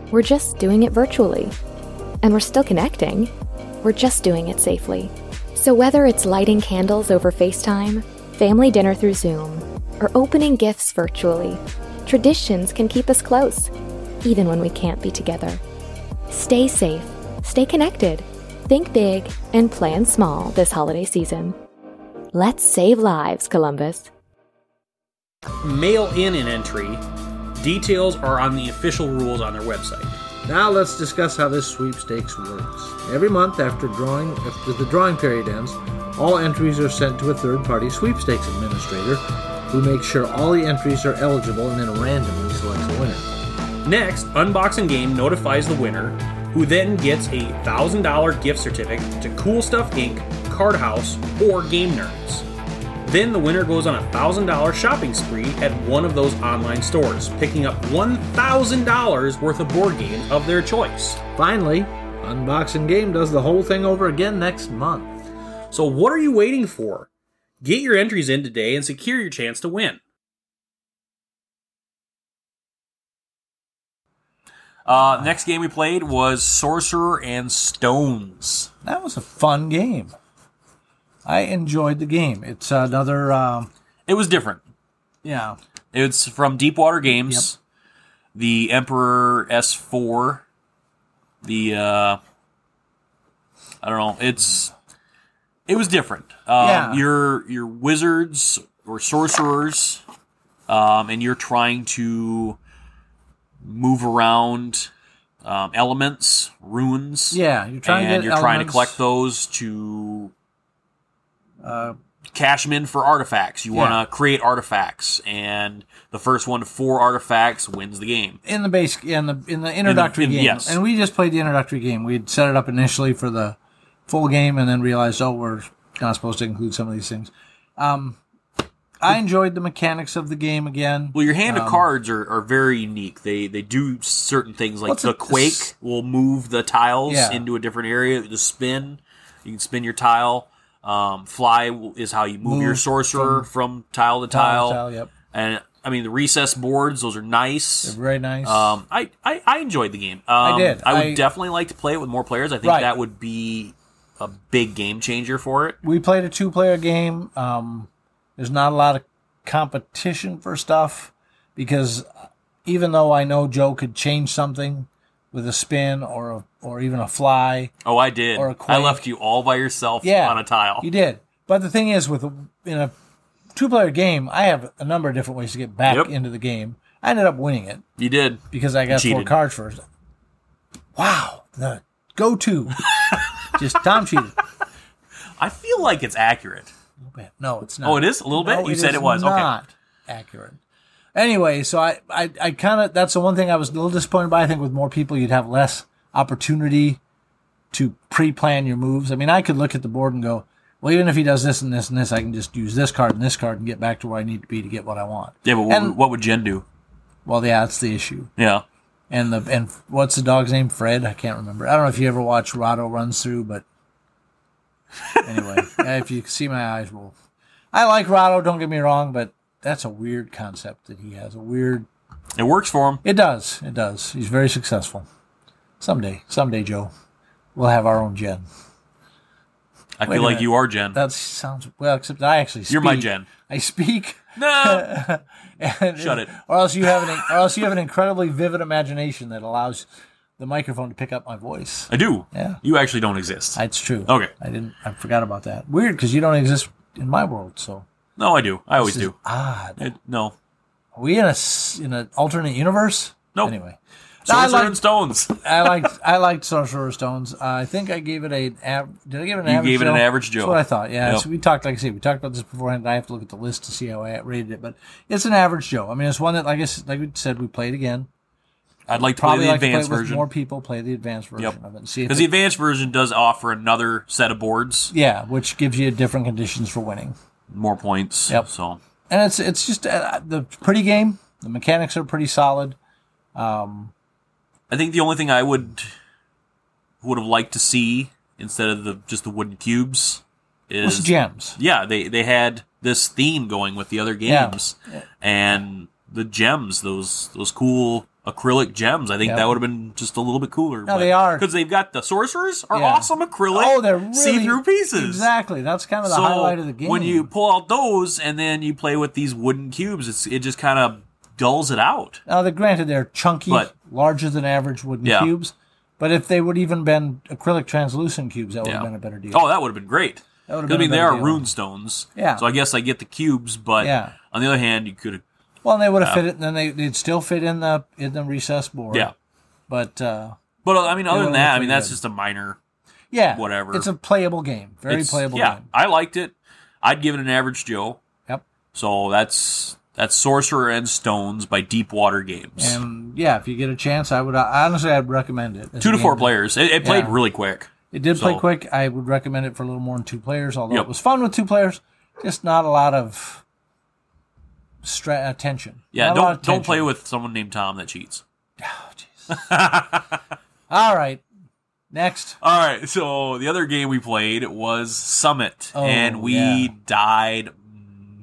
we're just doing it virtually. And we're still connecting, we're just doing it safely. So, whether it's lighting candles over FaceTime, family dinner through Zoom, or opening gifts virtually, traditions can keep us close, even when we can't be together. Stay safe, stay connected, think big, and plan small this holiday season. Let's save lives, Columbus. mail in an entry. Details are on the official rules on their website. Now let's discuss how this sweepstakes works. Every month after drawing after the drawing period ends, all entries are sent to a third-party sweepstakes administrator who makes sure all the entries are eligible and then randomly selects a winner. Next, Unboxing Game notifies the winner, who then gets a $1,000 gift certificate to Cool Stuff Inc., Card House, or Game Nerds. Then the winner goes on a $1,000 shopping spree at one of those online stores, picking up $1,000 worth of board games of their choice. Finally, Unboxing Game does the whole thing over again next month. So, what are you waiting for? Get your entries in today and secure your chance to win. Uh, next game we played was Sorcerer and Stones. That was a fun game. I enjoyed the game. It's another um, It was different. yeah, It's from Deepwater Games, the Emperor S4, the uh, I don't know. It's it was different. Um, Yeah. You're you're wizards or sorcerers, um, and you're trying to move around um, elements, runes. yeah. You're trying to and get you're trying to elements. collect those to Uh, cash 'em in for artifacts. You Yeah. want to create artifacts, and the first one to four artifacts wins the game. in the base in the in the introductory in- game. yes. And we just played the introductory game. We'd set it up initially for the full game and then realized, oh, we're not supposed to include some of these things. Um, I enjoyed the mechanics of the game again. Well, your hand of Um, cards are, are very unique. They they do certain things like What's the it- quake s- will move the tiles Yeah. into a different area. The spin, you can spin your tile. Um, fly w- is how you move, your Move sorcerer from, tile to tile. Tile to tile, yep. And I mean the recess boards; those are nice. Very nice. Um, I, I, I enjoyed the game. Um, I did. I would I- definitely like to play it with more players. I think Right. that would be a big game changer for it. we played a two-player game. Um, there's not a lot of competition for stuff because even though I know Joe could change something with a spin or a, or even a fly, Oh, I did. Or a I quake. left you all by yourself yeah, on a tile. You did. But the thing is, with in a two-player game, I have a number of different ways to get back Yep. into the game. I ended up winning it You did. because I got four Cheated. cards first. Wow, the go-to. Just Tom cheated. I feel like it's accurate. No, it's not. Oh, it is? A little bit? No, You said is it was. Okay. Not accurate. Anyway, so I, I, I kind of that's the one thing I was a little disappointed by. I think with more people, you'd have less opportunity to pre-plan your moves. I mean, I could look at the board and go, well, even if he does this and this and this, I can just use this card and this card and get back to where I need to be to get what I want. Yeah, but what, And- would, what would Jen do? Well, yeah, that's the issue. Yeah. And the and what's the dog's name? Fred. I can't remember. I don't know if you ever watch Rado runs through, but anyway, yeah, if you see my eyes roll, I like Rado. Don't get me wrong, but that's a weird concept that he has. A weird. It works for him. It does. It does. He's very successful. Someday, someday, Joe, we'll have our own Jen. I Wait feel a like minute. you are Jen. That sounds well, except I actually. Speak. You're my Jen. I speak. no. and- Shut it. Or else you have an or else you have an incredibly vivid imagination that allows the microphone to pick up my voice. I do. Yeah. You actually don't exist. That's true. Okay. I didn't. I forgot about that. Weird, because you don't exist in my world. So no, I do. I always this is do. Odd. It- no. Are we in a s- in an alternate universe? Nope. Anyway, I Sorcerer like- and Stones. I liked I liked Sorcerer Stones. Uh, I think I gave it a av- did I give it an You average? gave it an Joe? average Joe. That's what I thought. Yeah, Yep. so we talked like I said, we talked about this beforehand. I have to look at the list to see how I rated it, but it's an average Joe. I mean, it's one that like I s- like we said we played again. I'd like to play Probably the like advanced to play it version. with more people. Play the advanced version Yep. of it and see if Because it- the advanced version does offer another set of boards, yeah, which gives you different conditions for winning. more points. Yep. So and it's it's just uh, the pretty game. The mechanics are pretty solid. I think the only thing I would would have liked to see instead of the just the wooden cubes It's is gems. yeah they they had this theme going with the other Yeah. games and the gems those those cool acrylic gems i think Yeah. that would have been just a little bit cooler No, they are. because they've got the sorcerers are Yeah. awesome acrylic oh, they're really, see-through pieces Exactly. That's kind of the so highlight of the game. when you pull out those and then you play with these wooden cubes it's it just kind of dulls it out now, they're granted they're chunky, But- larger than average wooden Yeah. cubes. But if they would even been acrylic translucent cubes, that would have Yeah. been a better deal. oh that would have been great That would've 'Cause, i been a mean they better are deal. rune stones Yeah. so i guess i get the cubes but Yeah. on the other hand you could have well, and they would have fit it, and then they, they'd still fit in the in the recess board. yeah But uh, but uh, i mean other than would've that looked i mean pretty that's good. just a minor yeah, Whatever. It's a playable game. Very It's- playable Yeah, game. I liked it. I'd give it an average Joe. Yep. So that's that's Sorcerer and Stones by Deepwater Games. And yeah, if you get a chance, I would honestly I'd recommend it. It's Two a to four game that- players. It, it played Yeah. really quick. It did play So- quick. I would recommend it for a little more than two players, although Yep. it was fun with two players. Just not a lot of stra- attention. Yeah, Not a lot of don't don't tension. Oh, play with someone named Tom that cheats. All right, next. All right, so the other game we played was Summit, Oh, and we yeah. died. Oh,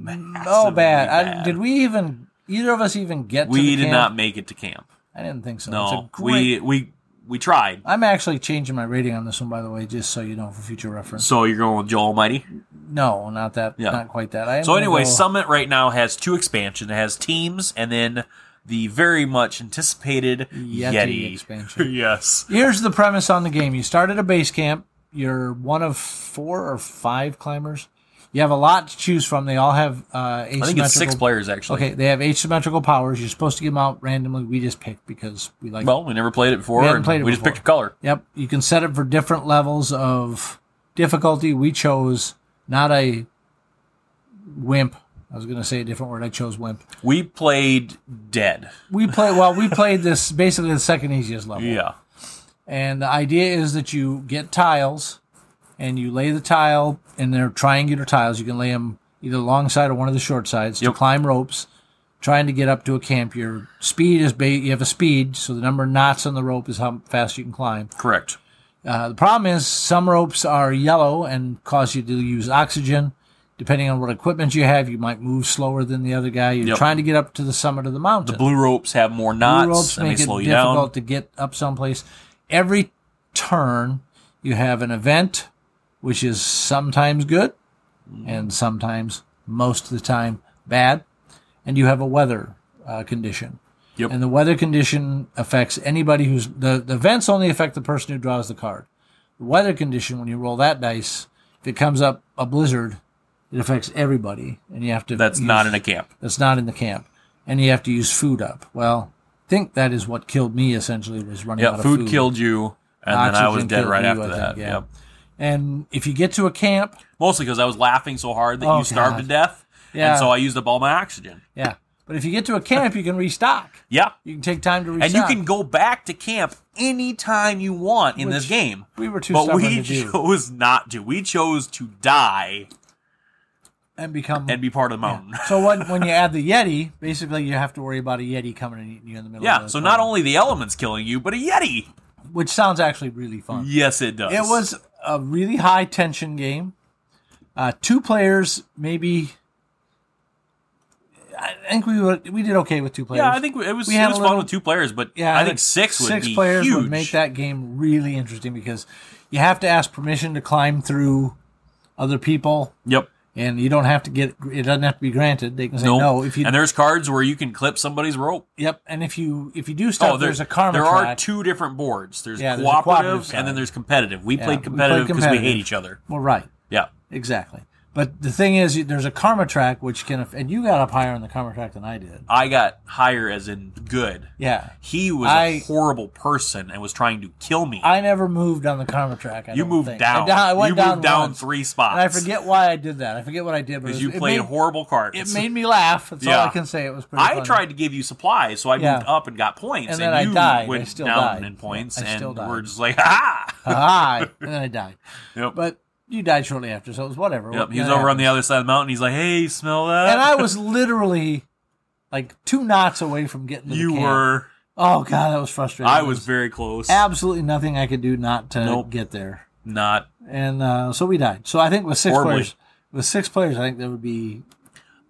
massively bad. I, did we even? Either of us even get? to We the did camp? not make it to camp. I didn't think so. It's a No, great, we we we tried. I'm actually changing my rating on this one, by the way, just so you know for future reference. So you're going with Joel Mighty. No, not that. Yeah. Not quite that. I am So gonna anyway, go- Summit right now has two expansions. It has teams and then the very much anticipated Yeti Yeti, expansion. yes. Here's the premise on the game. You start at a base camp. You're one of four or five climbers. You have a lot to choose from. They all have uh, asymmetrical. I think it's six players actually. Okay, they have asymmetrical powers. You're supposed to give them out randomly. We just picked because we like. Well, we never played it before. We We, haven't played it we just before. picked a color. yep. You can set it for different levels of difficulty. We chose not a wimp. I was going to say a different word. I chose wimp. We played Dead. We play well. We played this basically the second easiest level. Yeah. And the idea is that you get tiles and you lay the tile, and they're triangular tiles. You can lay them either long side or one of the short sides Yep. to climb ropes, trying to get up to a camp. Your speed is, ba- you have a speed, so the number of knots on the rope is how fast you can climb. Correct. Uh, the problem is some ropes are yellow and cause you to use oxygen. Depending on what equipment you have, you might move slower than the other guy. You're Yep. trying to get up to the summit of the mountain. The blue ropes have more knots Blue ropes and make they it slow difficult you down. to get up someplace. Every turn, you have an event, which is sometimes good and sometimes, most of the time, bad. And you have a weather uh, condition. Yep. And the weather condition affects anybody who's. The, the events only affect the person who draws the card. The weather condition, when you roll that dice, if it comes up a blizzard, it affects everybody. And you have to. That's use- not in a camp. that's not in the camp, and you have to use food up. Well, I think that is what killed me essentially was running Yeah, out food, of food. killed you and then I was Oxygen dead killed right you, after I think, that. yeah. Yep. And if you get to a camp, Mostly because I was laughing so hard that Oh, you starved God. to death. Yeah. And so I used up all my oxygen. yeah, but if you get to a camp, you can restock. Yeah. You can take time to restock. and you can go back to camp anytime you want in this Which game. we were too but stubborn we to do. chose not to. We chose to die and become. and be part of the mountain. Yeah. so when when you add the yeti, basically you have to worry about a yeti coming and eating you in the middle. of the so not climb, only the elements killing you, but a yeti. which sounds actually really fun. Yes, it does. It was a really high tension game. Uh, two players, maybe. I think we were, we did okay with two players. Yeah, I think it was. We it had was a fun little- with two players, but Yeah, I think six would six be players huge. would make that game really interesting because you have to ask permission to climb through other people, Yep. and you don't have to get it doesn't have to be granted. They can say Nope. no if you. and there's cards where you can clip somebody's rope. yep, and if you if you do stuff, Oh, there- there's a karma. There are track. two different boards. There's Yeah, there's a cooperative, cooperative and then side. there's competitive. We Yeah, played we played competitive because we, competitive. hate each other. Well, right, Yeah. exactly. But the thing is, there's a karma track which can, and you got up higher on the karma track than I did. I got higher as in good. Yeah, He was I- a horrible person and was trying to kill me. I never moved on the karma track. I you don't moved think. down. I, down- I went you down. moved down once. three spots. And I forget why I did that. I forget what I did. but it because was- you it played made, horrible cards. It made me laugh. That's all Yeah. I can say. It was pretty. I funny. tried to give you supplies, so I Yeah. moved up and got points, And and, then I you died. I went still down died. in points, I still and died. we're just like, ah. Ah, and then I died. Yep. But you died shortly after, so it was whatever. Yep, he That was over on happened. the other side of the mountain. He's like, "Hey, you smell that?" And I was literally like two knots away from getting. To the you camp. were. Oh god, that was frustrating. I There was very close. absolutely nothing I could do not to Nope. get there, Not. and uh, so we died. So I think with six Horribly. players, with six players, I think that would be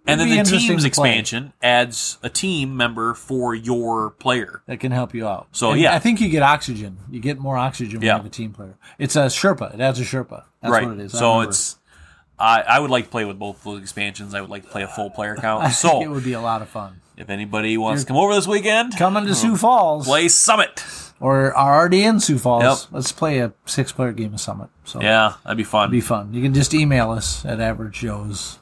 And then be the interesting team's to play. expansion adds a team member for your player. that can help you out. So, And yeah. I think you get oxygen. You get more oxygen Yeah. when you have a team player. It's a Sherpa. It adds a Sherpa. That's right. what it is. I So remember. it's. I, I would like to play with both those expansions. I would like to play a full player I count. think it So would be a lot of fun. if anybody wants to come over this weekend, Coming to Sioux Falls, play Summit. or are already in Sioux Falls. Yep. Let's play a six-player game of Summit. So Yeah, that'd be fun. it'd be fun. You can just email us at Average Joe's.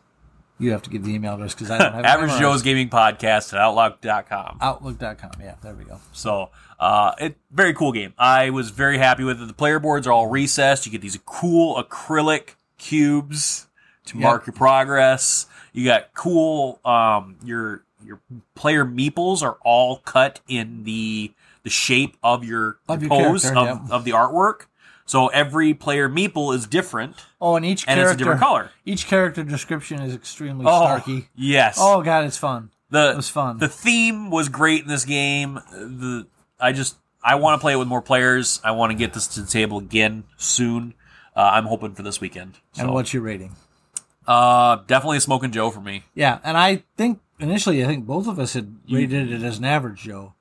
You have to give the email address because I don't have it Average memorized. Joe's Gaming Podcast at Outlook.com. Outlook.com. Yeah, there we go. So, uh, it very cool game. I was very happy with it. The player boards are all recessed. You get these cool acrylic cubes to Yep. mark your progress. You got cool um, your your player meeples are all cut in the the shape of your, Of your pose character, of, yep. of the artwork. So every player meeple is different. Oh, and each And it's character a different color. Each character description is extremely Oh, starky. yes. Oh god, it's fun. the It was fun. The theme was great in this game. The I just I want to play it with more players. I want to get this to the table again soon. Uh, I'm hoping for this weekend. And So, what's your rating? uh, definitely a smoking Joe for me. Yeah, and I think initially I think both of us had rated it as an average Joe,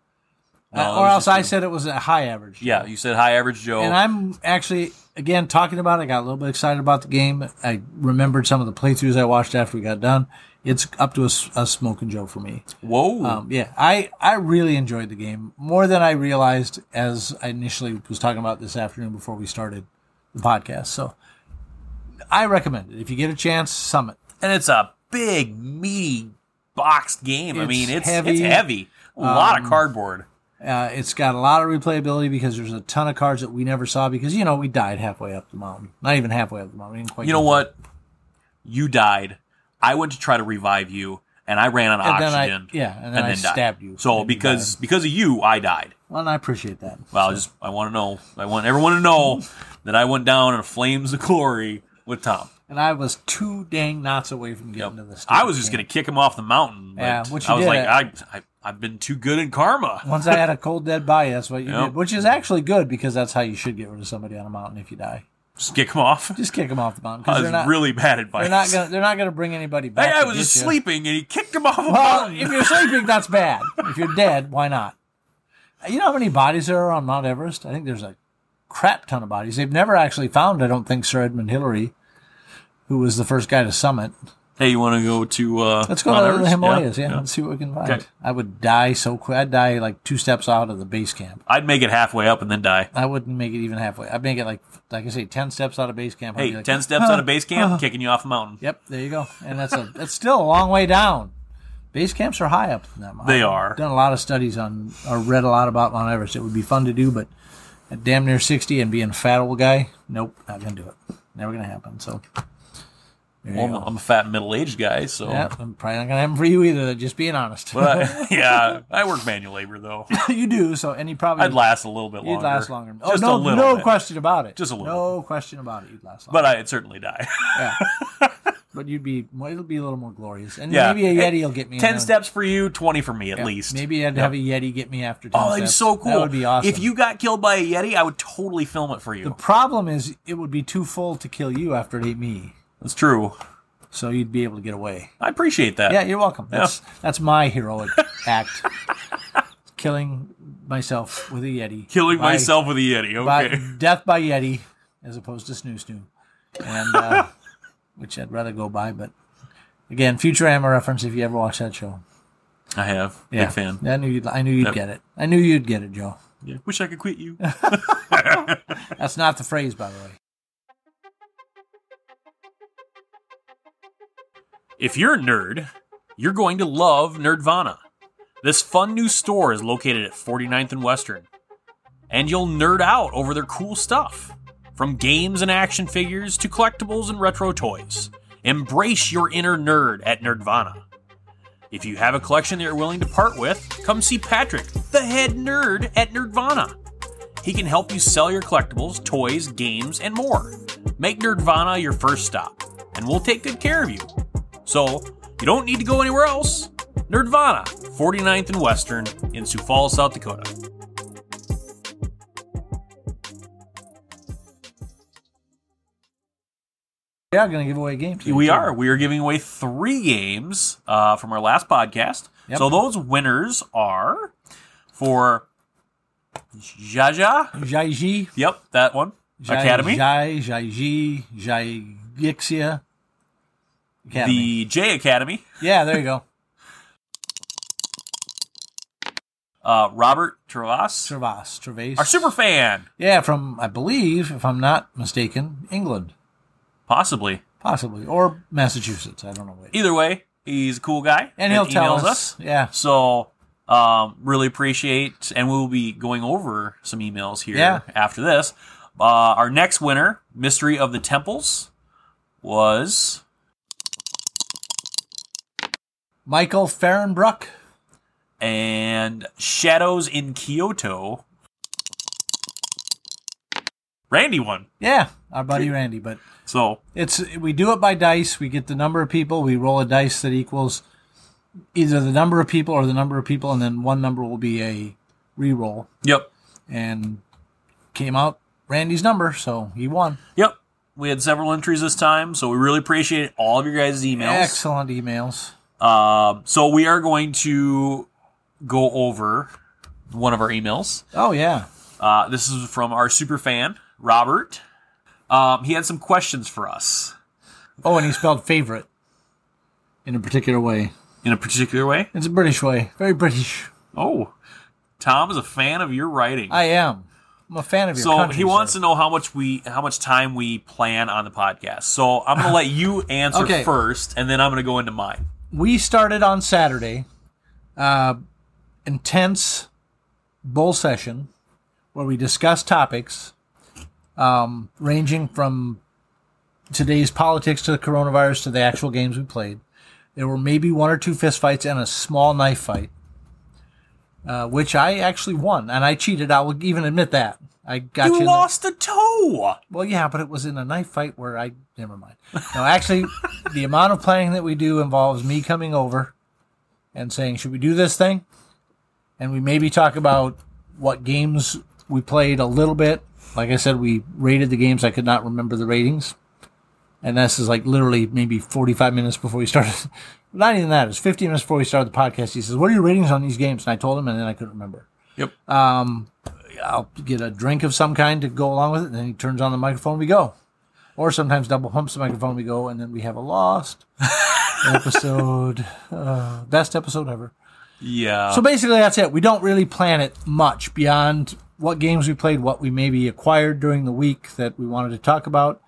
No, Uh, it or Oh, was else just I you. said it was a high average. Joe. Yeah, you said high average Joe. And I'm actually again talking about it. I got a little bit excited about the game. I remembered some of the playthroughs I watched after we got done. It's up to a, s- a smoking Joe for me. Whoa, Um, yeah, I, I really enjoyed the game more than I realized as I initially was talking about this afternoon before we started the podcast. So I recommend it if you get a chance. Summit. and it's a big meaty boxed game. I It's mean, it's heavy. Um, it's heavy. A lot of cardboard. Uh, it's got a lot of replayability because there's a ton of cards that we never saw because you know we died halfway up the mountain, not even halfway up the mountain. We didn't quite You know get what? You died. I went to try to revive you, and I ran out of And then I- oxygen. yeah, and then I died. stabbed you, and So you because because of you, I died. there. Well, and I appreciate that. Well, I just I want to know. I want everyone to know that I went down in flames of glory with Tom. And I was two dang knots away from getting to the. I was just gonna kick him off the mountain. But Yeah, which you I was like, did. I, I I've been too good in karma. Once I had a cold dead body, that's what you Yep. did, which is actually good because that's how you should get rid of somebody on a mountain if you die. Just kick him off. Just kick them off the mountain That because was they're not really bad They're advice. not gonna. They're not gonna bring anybody back. that guy to was get just you. sleeping, and he kicked him off a Well, mountain. if you're sleeping, that's bad. If you're dead, why not? You know how many bodies there are on Mount Everest? I think there's a crap ton of bodies. They've never actually found. I don't think Sir Edmund Hillary, who was the first guy to summit. hey, you want to go to? Uh, Let's go Mount to the Everest? Himalayas. Yeah, let's see what we can find. Okay. I would die so quick. I'd die like two steps out of the base camp. I'd make it halfway up and then die. I wouldn't make it even halfway. I'd make it like, like I say, ten steps out of base camp. I'd Hey, be like, ten steps out of base camp, kicking you off a mountain. Yep, there you go. And that's a that's still a long way down. Base camps are high up in them. They are. Done a lot of studies on or read a lot about Mount Everest. It would be fun to do, but at damn near sixty and being a fat old guy, nope, not gonna do it. Never gonna happen. So there you Well, I'm go. a- I'm a fat middle aged guy, so. Yeah, I'm probably not gonna happen for you either. Just being honest, But yeah, I work manual labor though. you do so, and you probably I'd last a little bit You'd longer. last longer. Oh, Just no, a little no bit. question about it. Just a little No question about it. You'd last longer. But I'd certainly die. But you'd be more- it'll be a little more glorious, and yeah. maybe a yeti will get me. in Ten there. steps for you, twenty for me at least. Maybe I'd have a yeti get me after. 10 Oh, that'd be steps. so cool. That would be awesome. If you got killed by a Yeti, I would totally film it for you. The problem is, it would be too full to kill you after it ate me, That's true. so you'd be able to get away. I appreciate that. Yeah, you're welcome. That's that's my heroic act, killing myself with a yeti, Killing by- myself with a Yeti. by Okay. death by yeti, as opposed to snoo snoo, and uh, which I'd rather go by. But again, Futurama reference. If you ever watch that show, I have. yeah, Big fan. I knew you'd, I knew you'd Yep. get it. I knew you'd get it, Joe. Yeah. Wish I could quit you. That's not the phrase, by the way. If you're a nerd, you're going to love Nerdvana. This fun new store is located at 49th and Western. And you'll nerd out over their cool stuff from games and action figures to collectibles and retro toys. Embrace your inner nerd at Nerdvana. If you have a collection that you're willing to part with, come see Patrick, the head nerd at Nerdvana. He can help you sell your collectibles, toys, games, and more. Make Nerdvana your first stop, and we'll take good care of you. So, you don't need to go anywhere else. Nerdvana, 49th and Western in Sioux Falls, South Dakota. We are going to give away a game to you. We too. are. We are giving away three games uh, from our last podcast. Yep. So those winners are for Jaja. Jai Ji. Yep, that one. Jai- Academy. Jai, Jai Ji, Jai Gixia. Academy. The J Academy. Yeah, there you go. Uh, Robert Travas. Travas, Travas. Our super fan. Yeah, from, I believe, if I'm not mistaken, England, Possibly. possibly, or Massachusetts. I don't know. Which. Either way, he's a cool guy. And he'll tell emails us. Yeah. So um, really appreciate, and we'll be going over some emails here Yeah. after this. Uh, our next winner, Mystery of the Temples, was Michael Fahrenbruck. and Shadows in Kyoto. Randy won. Yeah, our buddy Randy. But So it's we do it by dice. We get the number of people. We roll a dice that equals either the number of people or the number of people, and then one number will be a re-roll. yep, And came out Randy's number, so he won. yep. We had several entries this time, so we really appreciate all of your guys' emails. Excellent emails. Um, so we are going to go over one of our emails. Oh yeah, Uh, this is from our super fan Robert. Um, he had some questions for us Oh, and he spelled favorite in a particular way. in a particular way. It's a British way. Very British. Oh, Tom is a fan of your writing. I am. I'm a fan of your so country, he wants sir. to know how much we how much time we plan on the podcast. So I'm going to let you answer Okay. first, and then I'm going to go into mine. We started on Saturday. Uh, intense bull session where we discussed topics um, ranging from today's politics to the coronavirus to the actual games we played. There were maybe one or two fistfights and a small knife fight, uh, which I actually won, and I cheated. I will even admit that. I got you, you in the- lost a toe. Well, yeah, but it was in a knife fight where I never mind. No, actually, the amount of planning that we do involves me coming over and saying, "Should we do this thing?" And we maybe talk about what games we played a little bit. Like I said, we rated the games. I could not remember the ratings, and this is like literally maybe forty-five minutes before we started. Not even that. It was fifteen minutes before we started the podcast. He says, "What are your ratings on these games?" And I told him, and then I couldn't remember. Yep. I'll get a drink of some kind to go along with it, and then he turns on the microphone, we go. Or sometimes double pumps the microphone, we go, and then we have a lost episode. Uh, best episode ever. yeah. So basically, that's it. We don't really plan it much beyond what games we played, what we maybe acquired during the week that we wanted to talk about,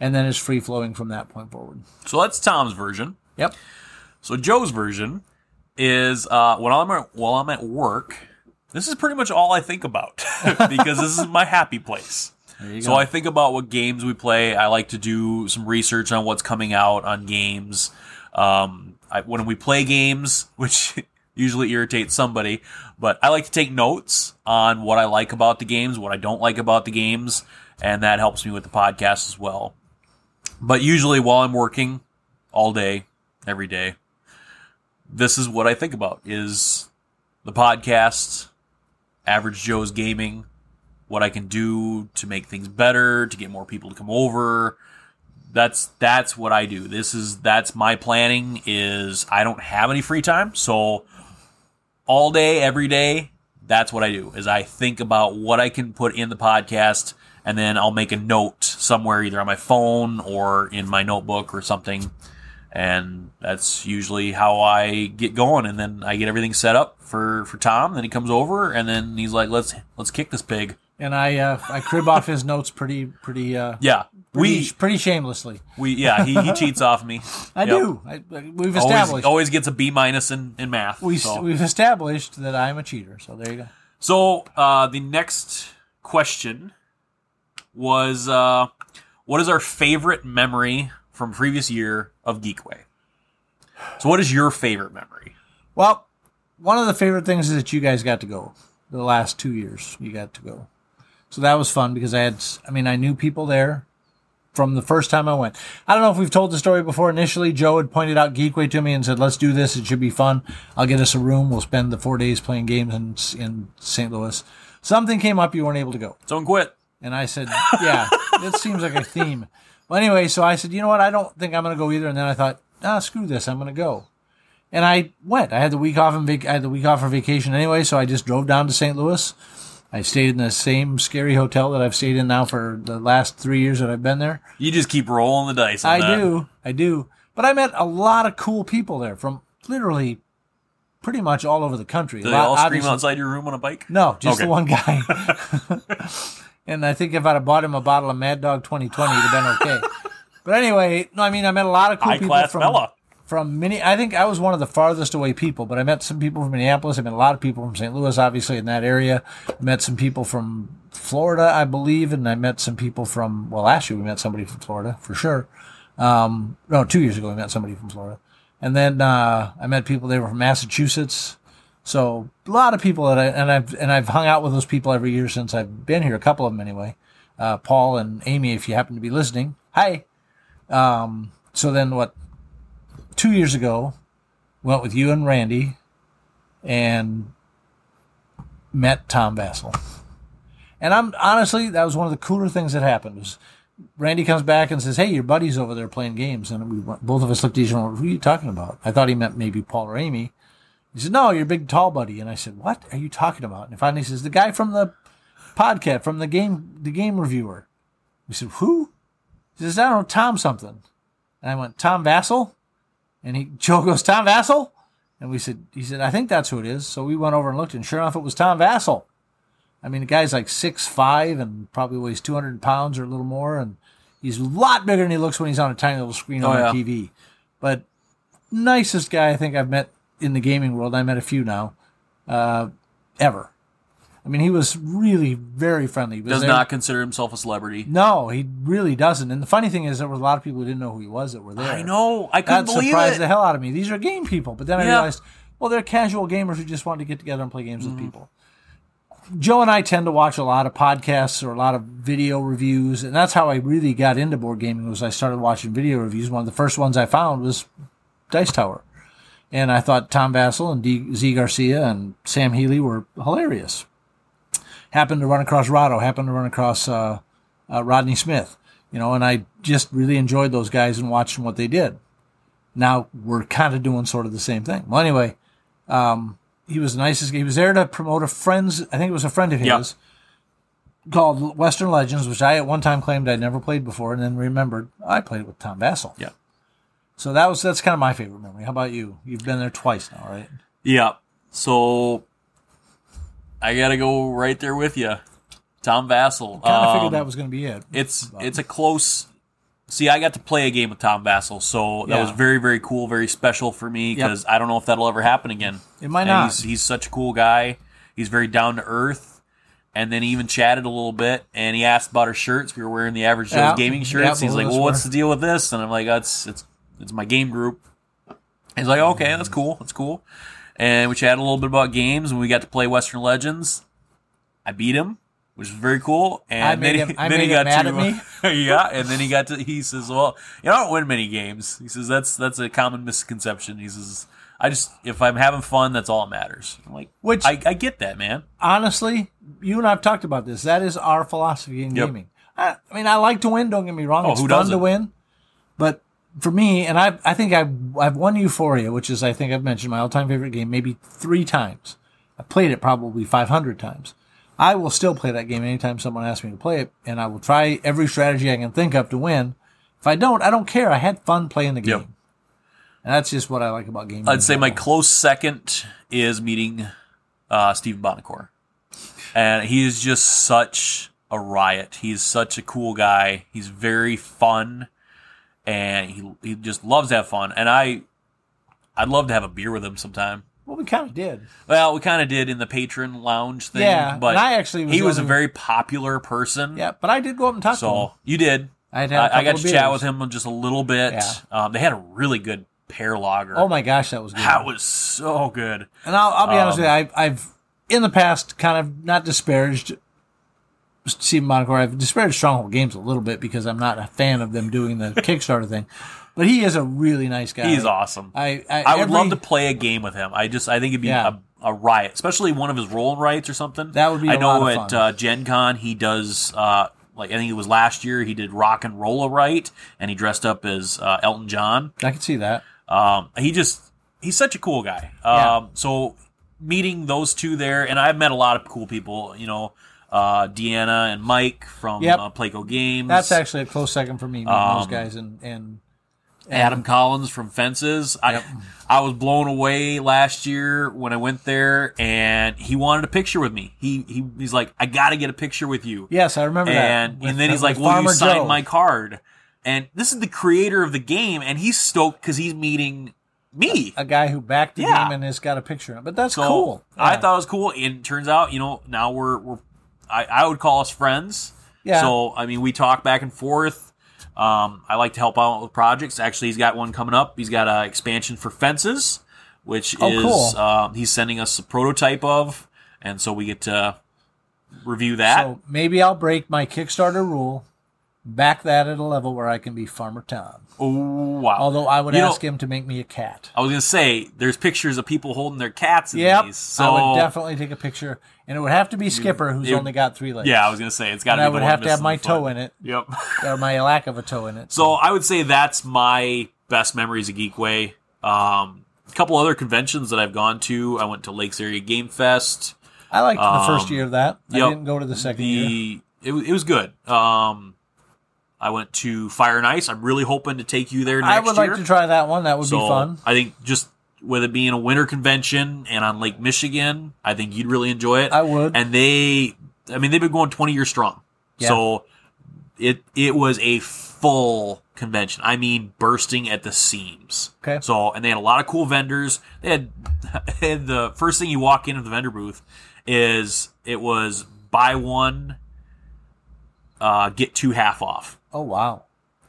and then it's free flowing from that point forward. so that's Tom's version. Yep. So Joe's version is uh, when I'm at, while I'm at work. This is pretty much all I think about because this is my happy place. So I think about what games we play. I like to do some research on what's coming out on games. Um, I, when we play games, which usually irritates somebody, but I like to take notes on what I like about the games, what I don't like about the games, and that helps me with the podcast as well. But usually while I'm working all day, every day, this is what I think about is the podcast, Average Joe's Gaming, what I can do to make things better, to get more people to come over. That's that's what I do. This is that's my planning is I don't have any free time, so all day every day that's what I do is I think about what I can put in the podcast and then I'll make a note somewhere either on my phone or in my notebook or something and that's usually how I get going. And then I get everything set up for for Tom. Then he comes over, and then he's like, "Let's let's kick this pig." And I uh, I crib off his notes pretty pretty uh, Yeah, Pretty, We- pretty shamelessly. We yeah, he, he cheats off me. I Yep. do. I, I- Always, we've established. always gets a B minus in, in math. we, so. We've established that I'm a cheater. So there you go. So uh, the next question was, uh, what is our favorite memory from previous year of Geekway? So what is your favorite memory? Well, one of the favorite things is that you guys got to go. The last two years, you got to go. So that was fun because I had, I mean, I knew people there from the first time I went. I don't know if we've told the story before. Initially, Joe had pointed out Geekway to me and said, let's do this. It should be fun. I'll get us a room. We'll spend the four days playing games in, in St. Louis. Something came up. You weren't able to go. Don't quit. And I said, Yeah, it seems like a theme. Well, anyway, so I said, You know what? I don't think I'm going to go either. And then I thought, Ah, screw this. I'm going to go. And I went. I had the week off and vac- I had the week off for vacation anyway, so I just drove down to St. Louis. I stayed in the same scary hotel that I've stayed in now for the last three years that I've been there. You just keep rolling the dice. On I that. do. I do. But I met a lot of cool people there from literally pretty much all over the country. Do A they lot- all scream obviously- outside your room on a bike? no, just Okay. the one guy. and I think if I'd have bought him a bottle of Mad Dog 2020, he'd have been okay. but anyway, no, I mean, I met a lot of cool High people class from fella. from many. I think I was one of the farthest away people, but I met some people from Minneapolis. I met a lot of people from St. Louis, obviously in that area. I met some people from Florida, I believe, and I met some people from. Well, last year we met somebody from Florida for sure. Um, no, two years ago we met somebody from Florida, and then uh, I met people. They were from Massachusetts. So a lot of people that I and I've and I've hung out with those people every year since I've been here. A couple of them anyway. Uh, Paul and Amy, if you happen to be listening, hi. Um, so then what? Two years ago, went with you and Randy, and met Tom Vassell. And I'm honestly, that was one of the cooler things that happened. Was Randy comes back and says, "Hey, your buddy's over there playing games," and we went- both of us looked at each other. and went, Who are you talking about? I thought he meant maybe Paul or Amy. He said, "No, your big tall buddy." And I said, "What are you talking about?" And finally, he says, "The guy from the podcast, from the game, the game reviewer." We said, "Who?" He says, "I don't know, Tom something." And I went, "Tom Vassell," and he Joe goes, "Tom Vassell," and we said, "He said, I think that's who it is." So we went over and looked, and sure enough, it was Tom Vassell. I mean, the guy's like six five and probably weighs two hundred pounds or a little more, and he's a lot bigger than he looks when he's on a tiny little screen Oh, on yeah. a TV. But nicest guy I think I've met in the gaming world. I met a few now, uh, ever. I mean, he was really very friendly. He was Does there- not consider himself a celebrity. No, he really doesn't. And the funny thing is, there were a lot of people who didn't know who he was that were there. I know. I couldn't That believe surprised it. the hell out of me. These are game people, but then I Yeah. realized, well, they're casual gamers who just want to get together and play games with people. Joe and I tend to watch a lot of podcasts or a lot of video reviews, and that's how I really got into board gaming. Was I started watching video reviews. One of the first ones I found was Dice Tower, and I thought Tom Vassell and D- Z Garcia and Sam Healy were hilarious. Happened to run across Rado. Happened to run across. Uh, uh, Rodney Smith, you know, and I just really enjoyed those guys and watching what they did. Now we're kind of doing sort of the same thing. Well, anyway, um, he was the nicest. guy. He was there to promote a friend's. I think it was a friend of his Yeah. called Western Legends, which I at one time claimed I'd never played before, and then remembered I played it with Tom Vassell. Yeah. So that was that's kind of my favorite memory. How about you? You've been there twice now, right? Yeah. So I gotta go right there with you, Tom Vassell. Kind of Um, figured that was going to be it. it's it's a close. See, I got to play a game with Tom Vassell, so that Yeah. was very very cool, very special for me Yep. because I don't know if that'll ever happen again. It might And not. He's, he's such a cool guy. He's very down to earth. And then he even chatted a little bit, and he asked about our shirts. We were wearing the average Joe's Yeah. gaming Yeah, shirts. he's both like, of us "Well, what's were. the deal with this?" And I'm like, "That's it's it's my game group." He's like, "Okay, that's cool. That's cool." And we chatted a little bit about games, and we got to play Western Legends. I beat him, which was very cool. And I made then he, him- I then he made got him mad to, yeah, and then he got to. He says, "Well, you know, I don't win many games." He says, "That's that's a common misconception." He says, "I just if I'm having fun, that's all that matters." I'm like, Which- I, I get that, man. honestly, you and I've talked about this. That is our philosophy in Yep. gaming. I, I mean, I like to win. Don't get me wrong. Oh, it's who fun to doesn't? win, but for me, and I, I think I've, I've won Euphoria, which is I think I've mentioned my all-time favorite game, maybe three times. I played it probably 500 times. I will still play that game anytime someone asks me to play it, and I will try every strategy I can think of to win. If I don't, I don't care. I had fun playing the game. Yep. And that's just what I like about gaming. in I'd say my general. close second is meeting uh, Steve Bonacore, and he is just such a riot. He's such a cool guy. He's very fun, and he he just loves to have fun. And I, I'd love to have a beer with him sometime. Well, we kind of did. Well, we kind of did in the patron lounge thing. Yeah, but and I actually was he was a only- very popular person. Yeah, but I did go up and talk to him. So you did. I had a I, I got couple to of chat beers. with him just a little bit. Yeah. Um, they had a really good pear lager. Oh my gosh, that was good. that was so good. And I'll, I'll be honest Um, with you, I've, I've in the past kind of not disparaged Steve Monaco. I've disparaged Stronghold Games a little bit because I'm not a fan of them doing the Kickstarter thing. But he is a really nice guy. He's awesome. I I, I would every- love to play a game with him. I just I think it'd be Yeah. a, a riot, especially one of his rolling rights or something. That would be I a know lot of at fun. Uh, Gen Con he does uh, like I think it was last year he did rock and roll a right, and he dressed up as uh, Elton John. I can see that. Um, he just he's such a cool guy. Um, Yeah. so meeting those two there, and I've met a lot of cool people. You know, uh, Deanna and Mike from Yep. uh, Playco Games. That's actually a close second for me. meeting those Um, guys and and Adam Collins from Fences. I I was blown away last year when I went there, and he wanted a picture with me. He, he he's like, I got to get a picture with you. yes, I remember that. and With- and then he's with like, "Will you Farmer sign Joe. my card?" And this is the creator of the game, and he's stoked because he's meeting me. A guy who backed the Yeah. game and has got a picture of it. But that's So cool. I Yeah. thought it was cool, and turns out, you know, now we're we're I, I would call us friends. Yeah. So I mean, we talk back and forth. Um, I like to help out with projects. Actually, he's got one coming up. He's got an expansion for fences, which Oh, is cool. um, he's sending us a prototype of, and so we get to review that. So maybe I'll break my Kickstarter rule, back that at a level where I can be Farmer Tom. oh wow! Although I would You know, ask him to make me a cat. I was gonna say, there's pictures of people holding their cats. in Yep, these, so I would definitely take a picture, and it would have to be Skipper, who's you- only got three legs. yeah, I was gonna say it's got and to be. I the would one have to have missing my the toe foot. in it, Yep. or my lack of a toe in it. So I would say that's my best memories of Geekway. Um, a couple other conventions that I've gone to. I went to Lakes Area Game Fest. I liked the first um, year of that. yep. I didn't go to the second year. The it, wa- it was good. Um, I went to Fire and Ice. I'm really hoping to take you there next I would year. like to try that one. That would be fun. I think just with it being a winter convention and on Lake Michigan, I think you'd really enjoy it. I would. And they, I mean, they've been going 20 years strong. Yeah. So it it was a full convention. I mean, bursting at the seams. Okay. So and they had a lot of cool vendors. They had, they had the first thing you walk into the vendor booth is it was buy one, uh, get two half off Oh wow!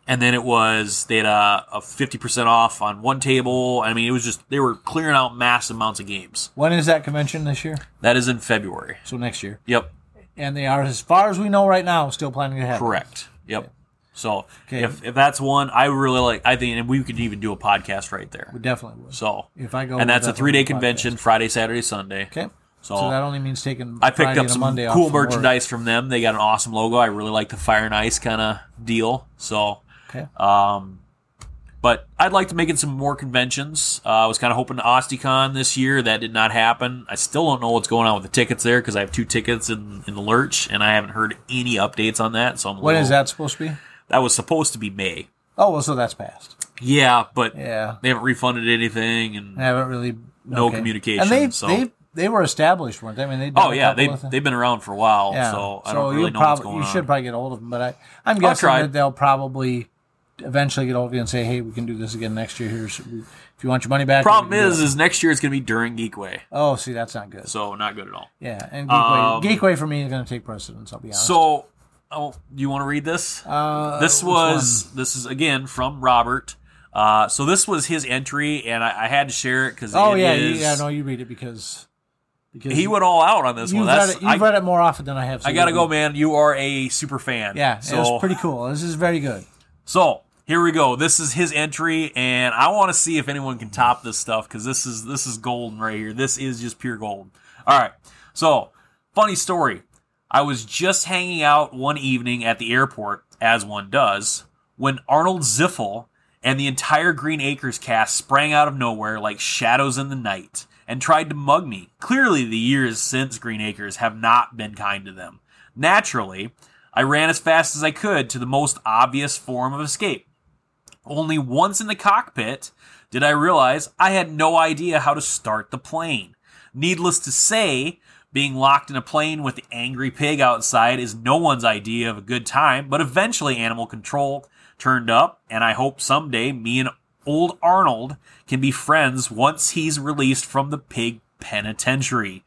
and then it was they had a, a 50% off on one table i mean it was just they were clearing out mass amounts of games When is that convention this year? that is in february So next year, yep and they are, as far as we know right now, still planning to have. it. correct yep so Okay. if, if that's one i really like i think and we could even do a podcast right there We definitely would. so if I go, and that's a with that three-day podcast. convention friday saturday sunday Okay. so, So that only means taking. i picked Friday up and a some Monday off cool from work. merchandise from them they got an awesome logo i really like the fire and ice kind of deal so Okay. Um, but I'd like to make it some more conventions. Uh, I was kind of hoping to OstiCon this year. That did not happen. I still don't know what's going on with the tickets there because I have two tickets in, in the lurch, and I haven't heard any updates on that. So I'm a When is little- that supposed to be? That was supposed to be May. Oh well, so that's past. Yeah, but Yeah. they haven't refunded anything. And I haven't really No okay. communication, And they so- they they were established, weren't they? I mean, they did oh a yeah, couple they of things. they've been around for a while. yeah. So I don't you really know probably, what's going you on. should probably get hold of them, but I I'm guessing try. that they'll probably eventually get hold of you and say, hey, we can do this again next year. Here's if you want your money back. Problem we can do is, it. is next year it's going to be during Geekway, oh, see, that's not good. so not good at all. Yeah, and Geekway, Um, Geekway for me is going to take precedence. I'll be honest. So, oh, you want to read this? uh, this which was one? this is again from Robert. Uh, so this was his entry, and I, I had to share it because Oh yeah, you, yeah. No, you read it because because he went all out on this You've one. read That's, it. You've I, read it more often than I have. so I gotta you- go, man. You are a super fan. Yeah, so it was pretty cool. This is very good. so here we go. This is his entry, and I want to see if anyone can top this stuff because this is this is golden right here. This is just pure gold. All right. So funny story. I was just hanging out one evening at the airport, as one does, when Arnold Ziffel and the entire Green Acres cast sprang out of nowhere like shadows in the night and tried to mug me. Clearly, the years since Green Acres have not been kind to them. Naturally, I ran as fast as I could to the most obvious form of escape. Only once in the cockpit did I realize I had no idea how to start the plane. Needless to say, Being locked in a plane with the angry pig outside is no one's idea of a good time, but eventually Animal Control turned up, and I hope someday me and old Arnold can be friends once he's released from the pig penitentiary.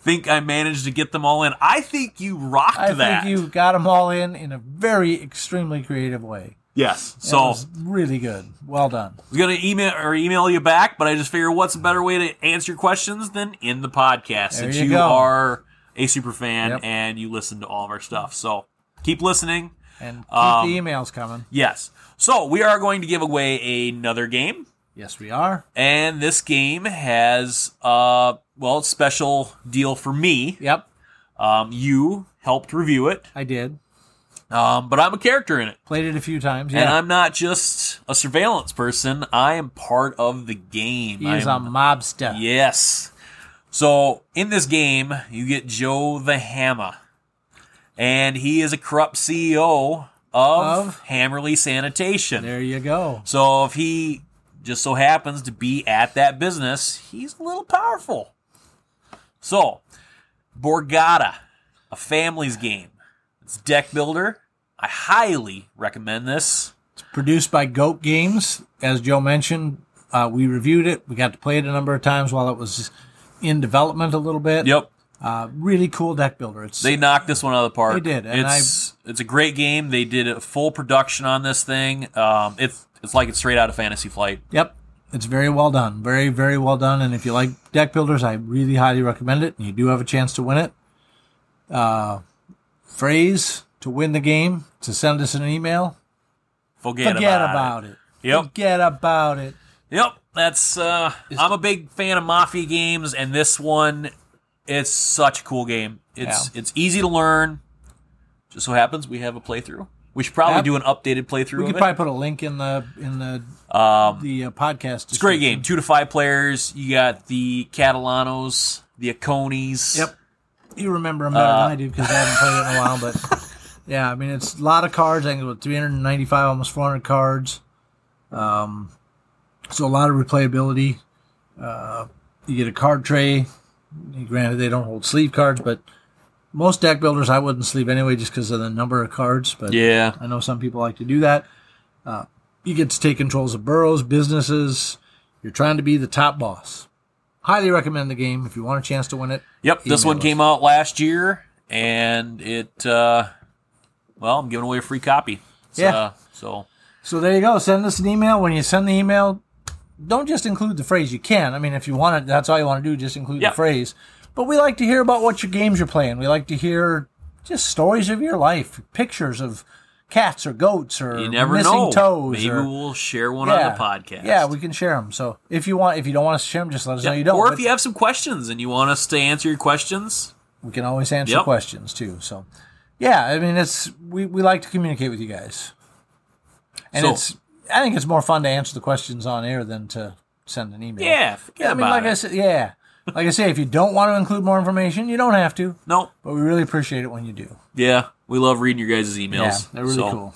Think I managed to get them all in. I think you rocked I that. think you got them all in in a very extremely creative way. yes. That So was really good. Well done. I was gonna email or email you back, but I just figure what's a better way to answer your questions than in the podcast There since you you go. are a super fan Yep. and you listen to all of our stuff. So keep listening. And keep Um, the emails coming. Yes. So we are going to give away another game. Yes, we are. And this game has uh well it's special deal for me. Yep, Um you helped review it. I did. Um but I'm a character in it. Played it a few times. Yeah. And I'm not just a surveillance person. I am part of the game. he is I'm- a mobster. Yes. So in this game, you get Joe the Hammer, and he is a corrupt CEO of, Of? Hammerly Sanitation. There you go. So if he just so happens to be at that business, he's a little powerful. So, Borgata, a family's game. It's deck builder. I highly recommend this. produced by Goat Games. As Joe mentioned, uh, we reviewed it. We got to play it a number of times while it was in development a little bit. Yep. Uh, really cool deck builder. It's They knocked this one out of the park. They did, and it's it's a great game. They did a full production on this thing. Um, it's it's like it's straight out of Fantasy Flight. yep. It's very well done. Very very well done. And if you like deck builders, I really highly recommend it. And you do have a chance to win it. Uh, phrase to win the game to send us an email. Forget, Forget, about, about, it. Yep. Forget about it. it. Yep, that's. Uh, I'm a big fan of mafia games, and this one, it's such a cool game. It's it's easy to learn. Just so happens we have a playthrough. We should probably Yep. do an updated playthrough. We of could it. Um, probably put a link in the in the the uh, podcast. It's a great game. Two to five players. You got the Catalanos, the Aconis. Yep. you remember them better than I do because I haven't played it in a while. But yeah, I mean it's a lot of cards. I think it was 395, almost 400 cards. Um, so a lot of replayability. Uh, you get a card tray. Granted, they don't hold sleeve cards, but most deck builders I wouldn't sleeve anyway, just because of the number of cards. But Yeah. I know some people like to do that. Uh, you get to take controls of boroughs, businesses. You're trying to be the top boss. Highly recommend the game if you want a chance to win it. Yep, this email one us. came out last year, and it. Uh, well, I'm giving away a free copy. So, Yeah. So So there you go. Send us an email. When you send the email, don't just include the phrase. You can. I mean, if you want it, that's all you want to do. Just include Yeah. the phrase. But we like to hear about what your games you're playing. We like to hear just stories of your life, pictures of cats or goats or you never missing know. toes. Maybe or, we'll share one yeah. on the podcast. Yeah, we can share them. So if you want, if you don't want us to share them, just let us Yeah, know you don't. or but if you have some questions and you want us to answer your questions, we can always answer Yep. questions too. So yeah, I mean, it's we we like to communicate with you guys, and So- it's I think it's more fun to answer the questions on air than to send an email. yeah, forget I mean, about like it. I said, yeah, like I say, if you don't want to include more information, you don't have to, no, but we really appreciate it when you do. yeah, we love reading your guys' emails. Yeah, they're really so, cool.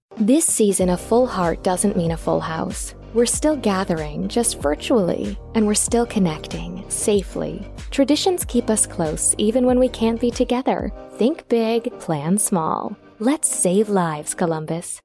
This season, a full heart doesn't mean a full house. We're still gathering, just virtually, and we're still connecting, safely. Traditions keep us close, even when we can't be together. Think big, plan small. Let's save lives, Columbus.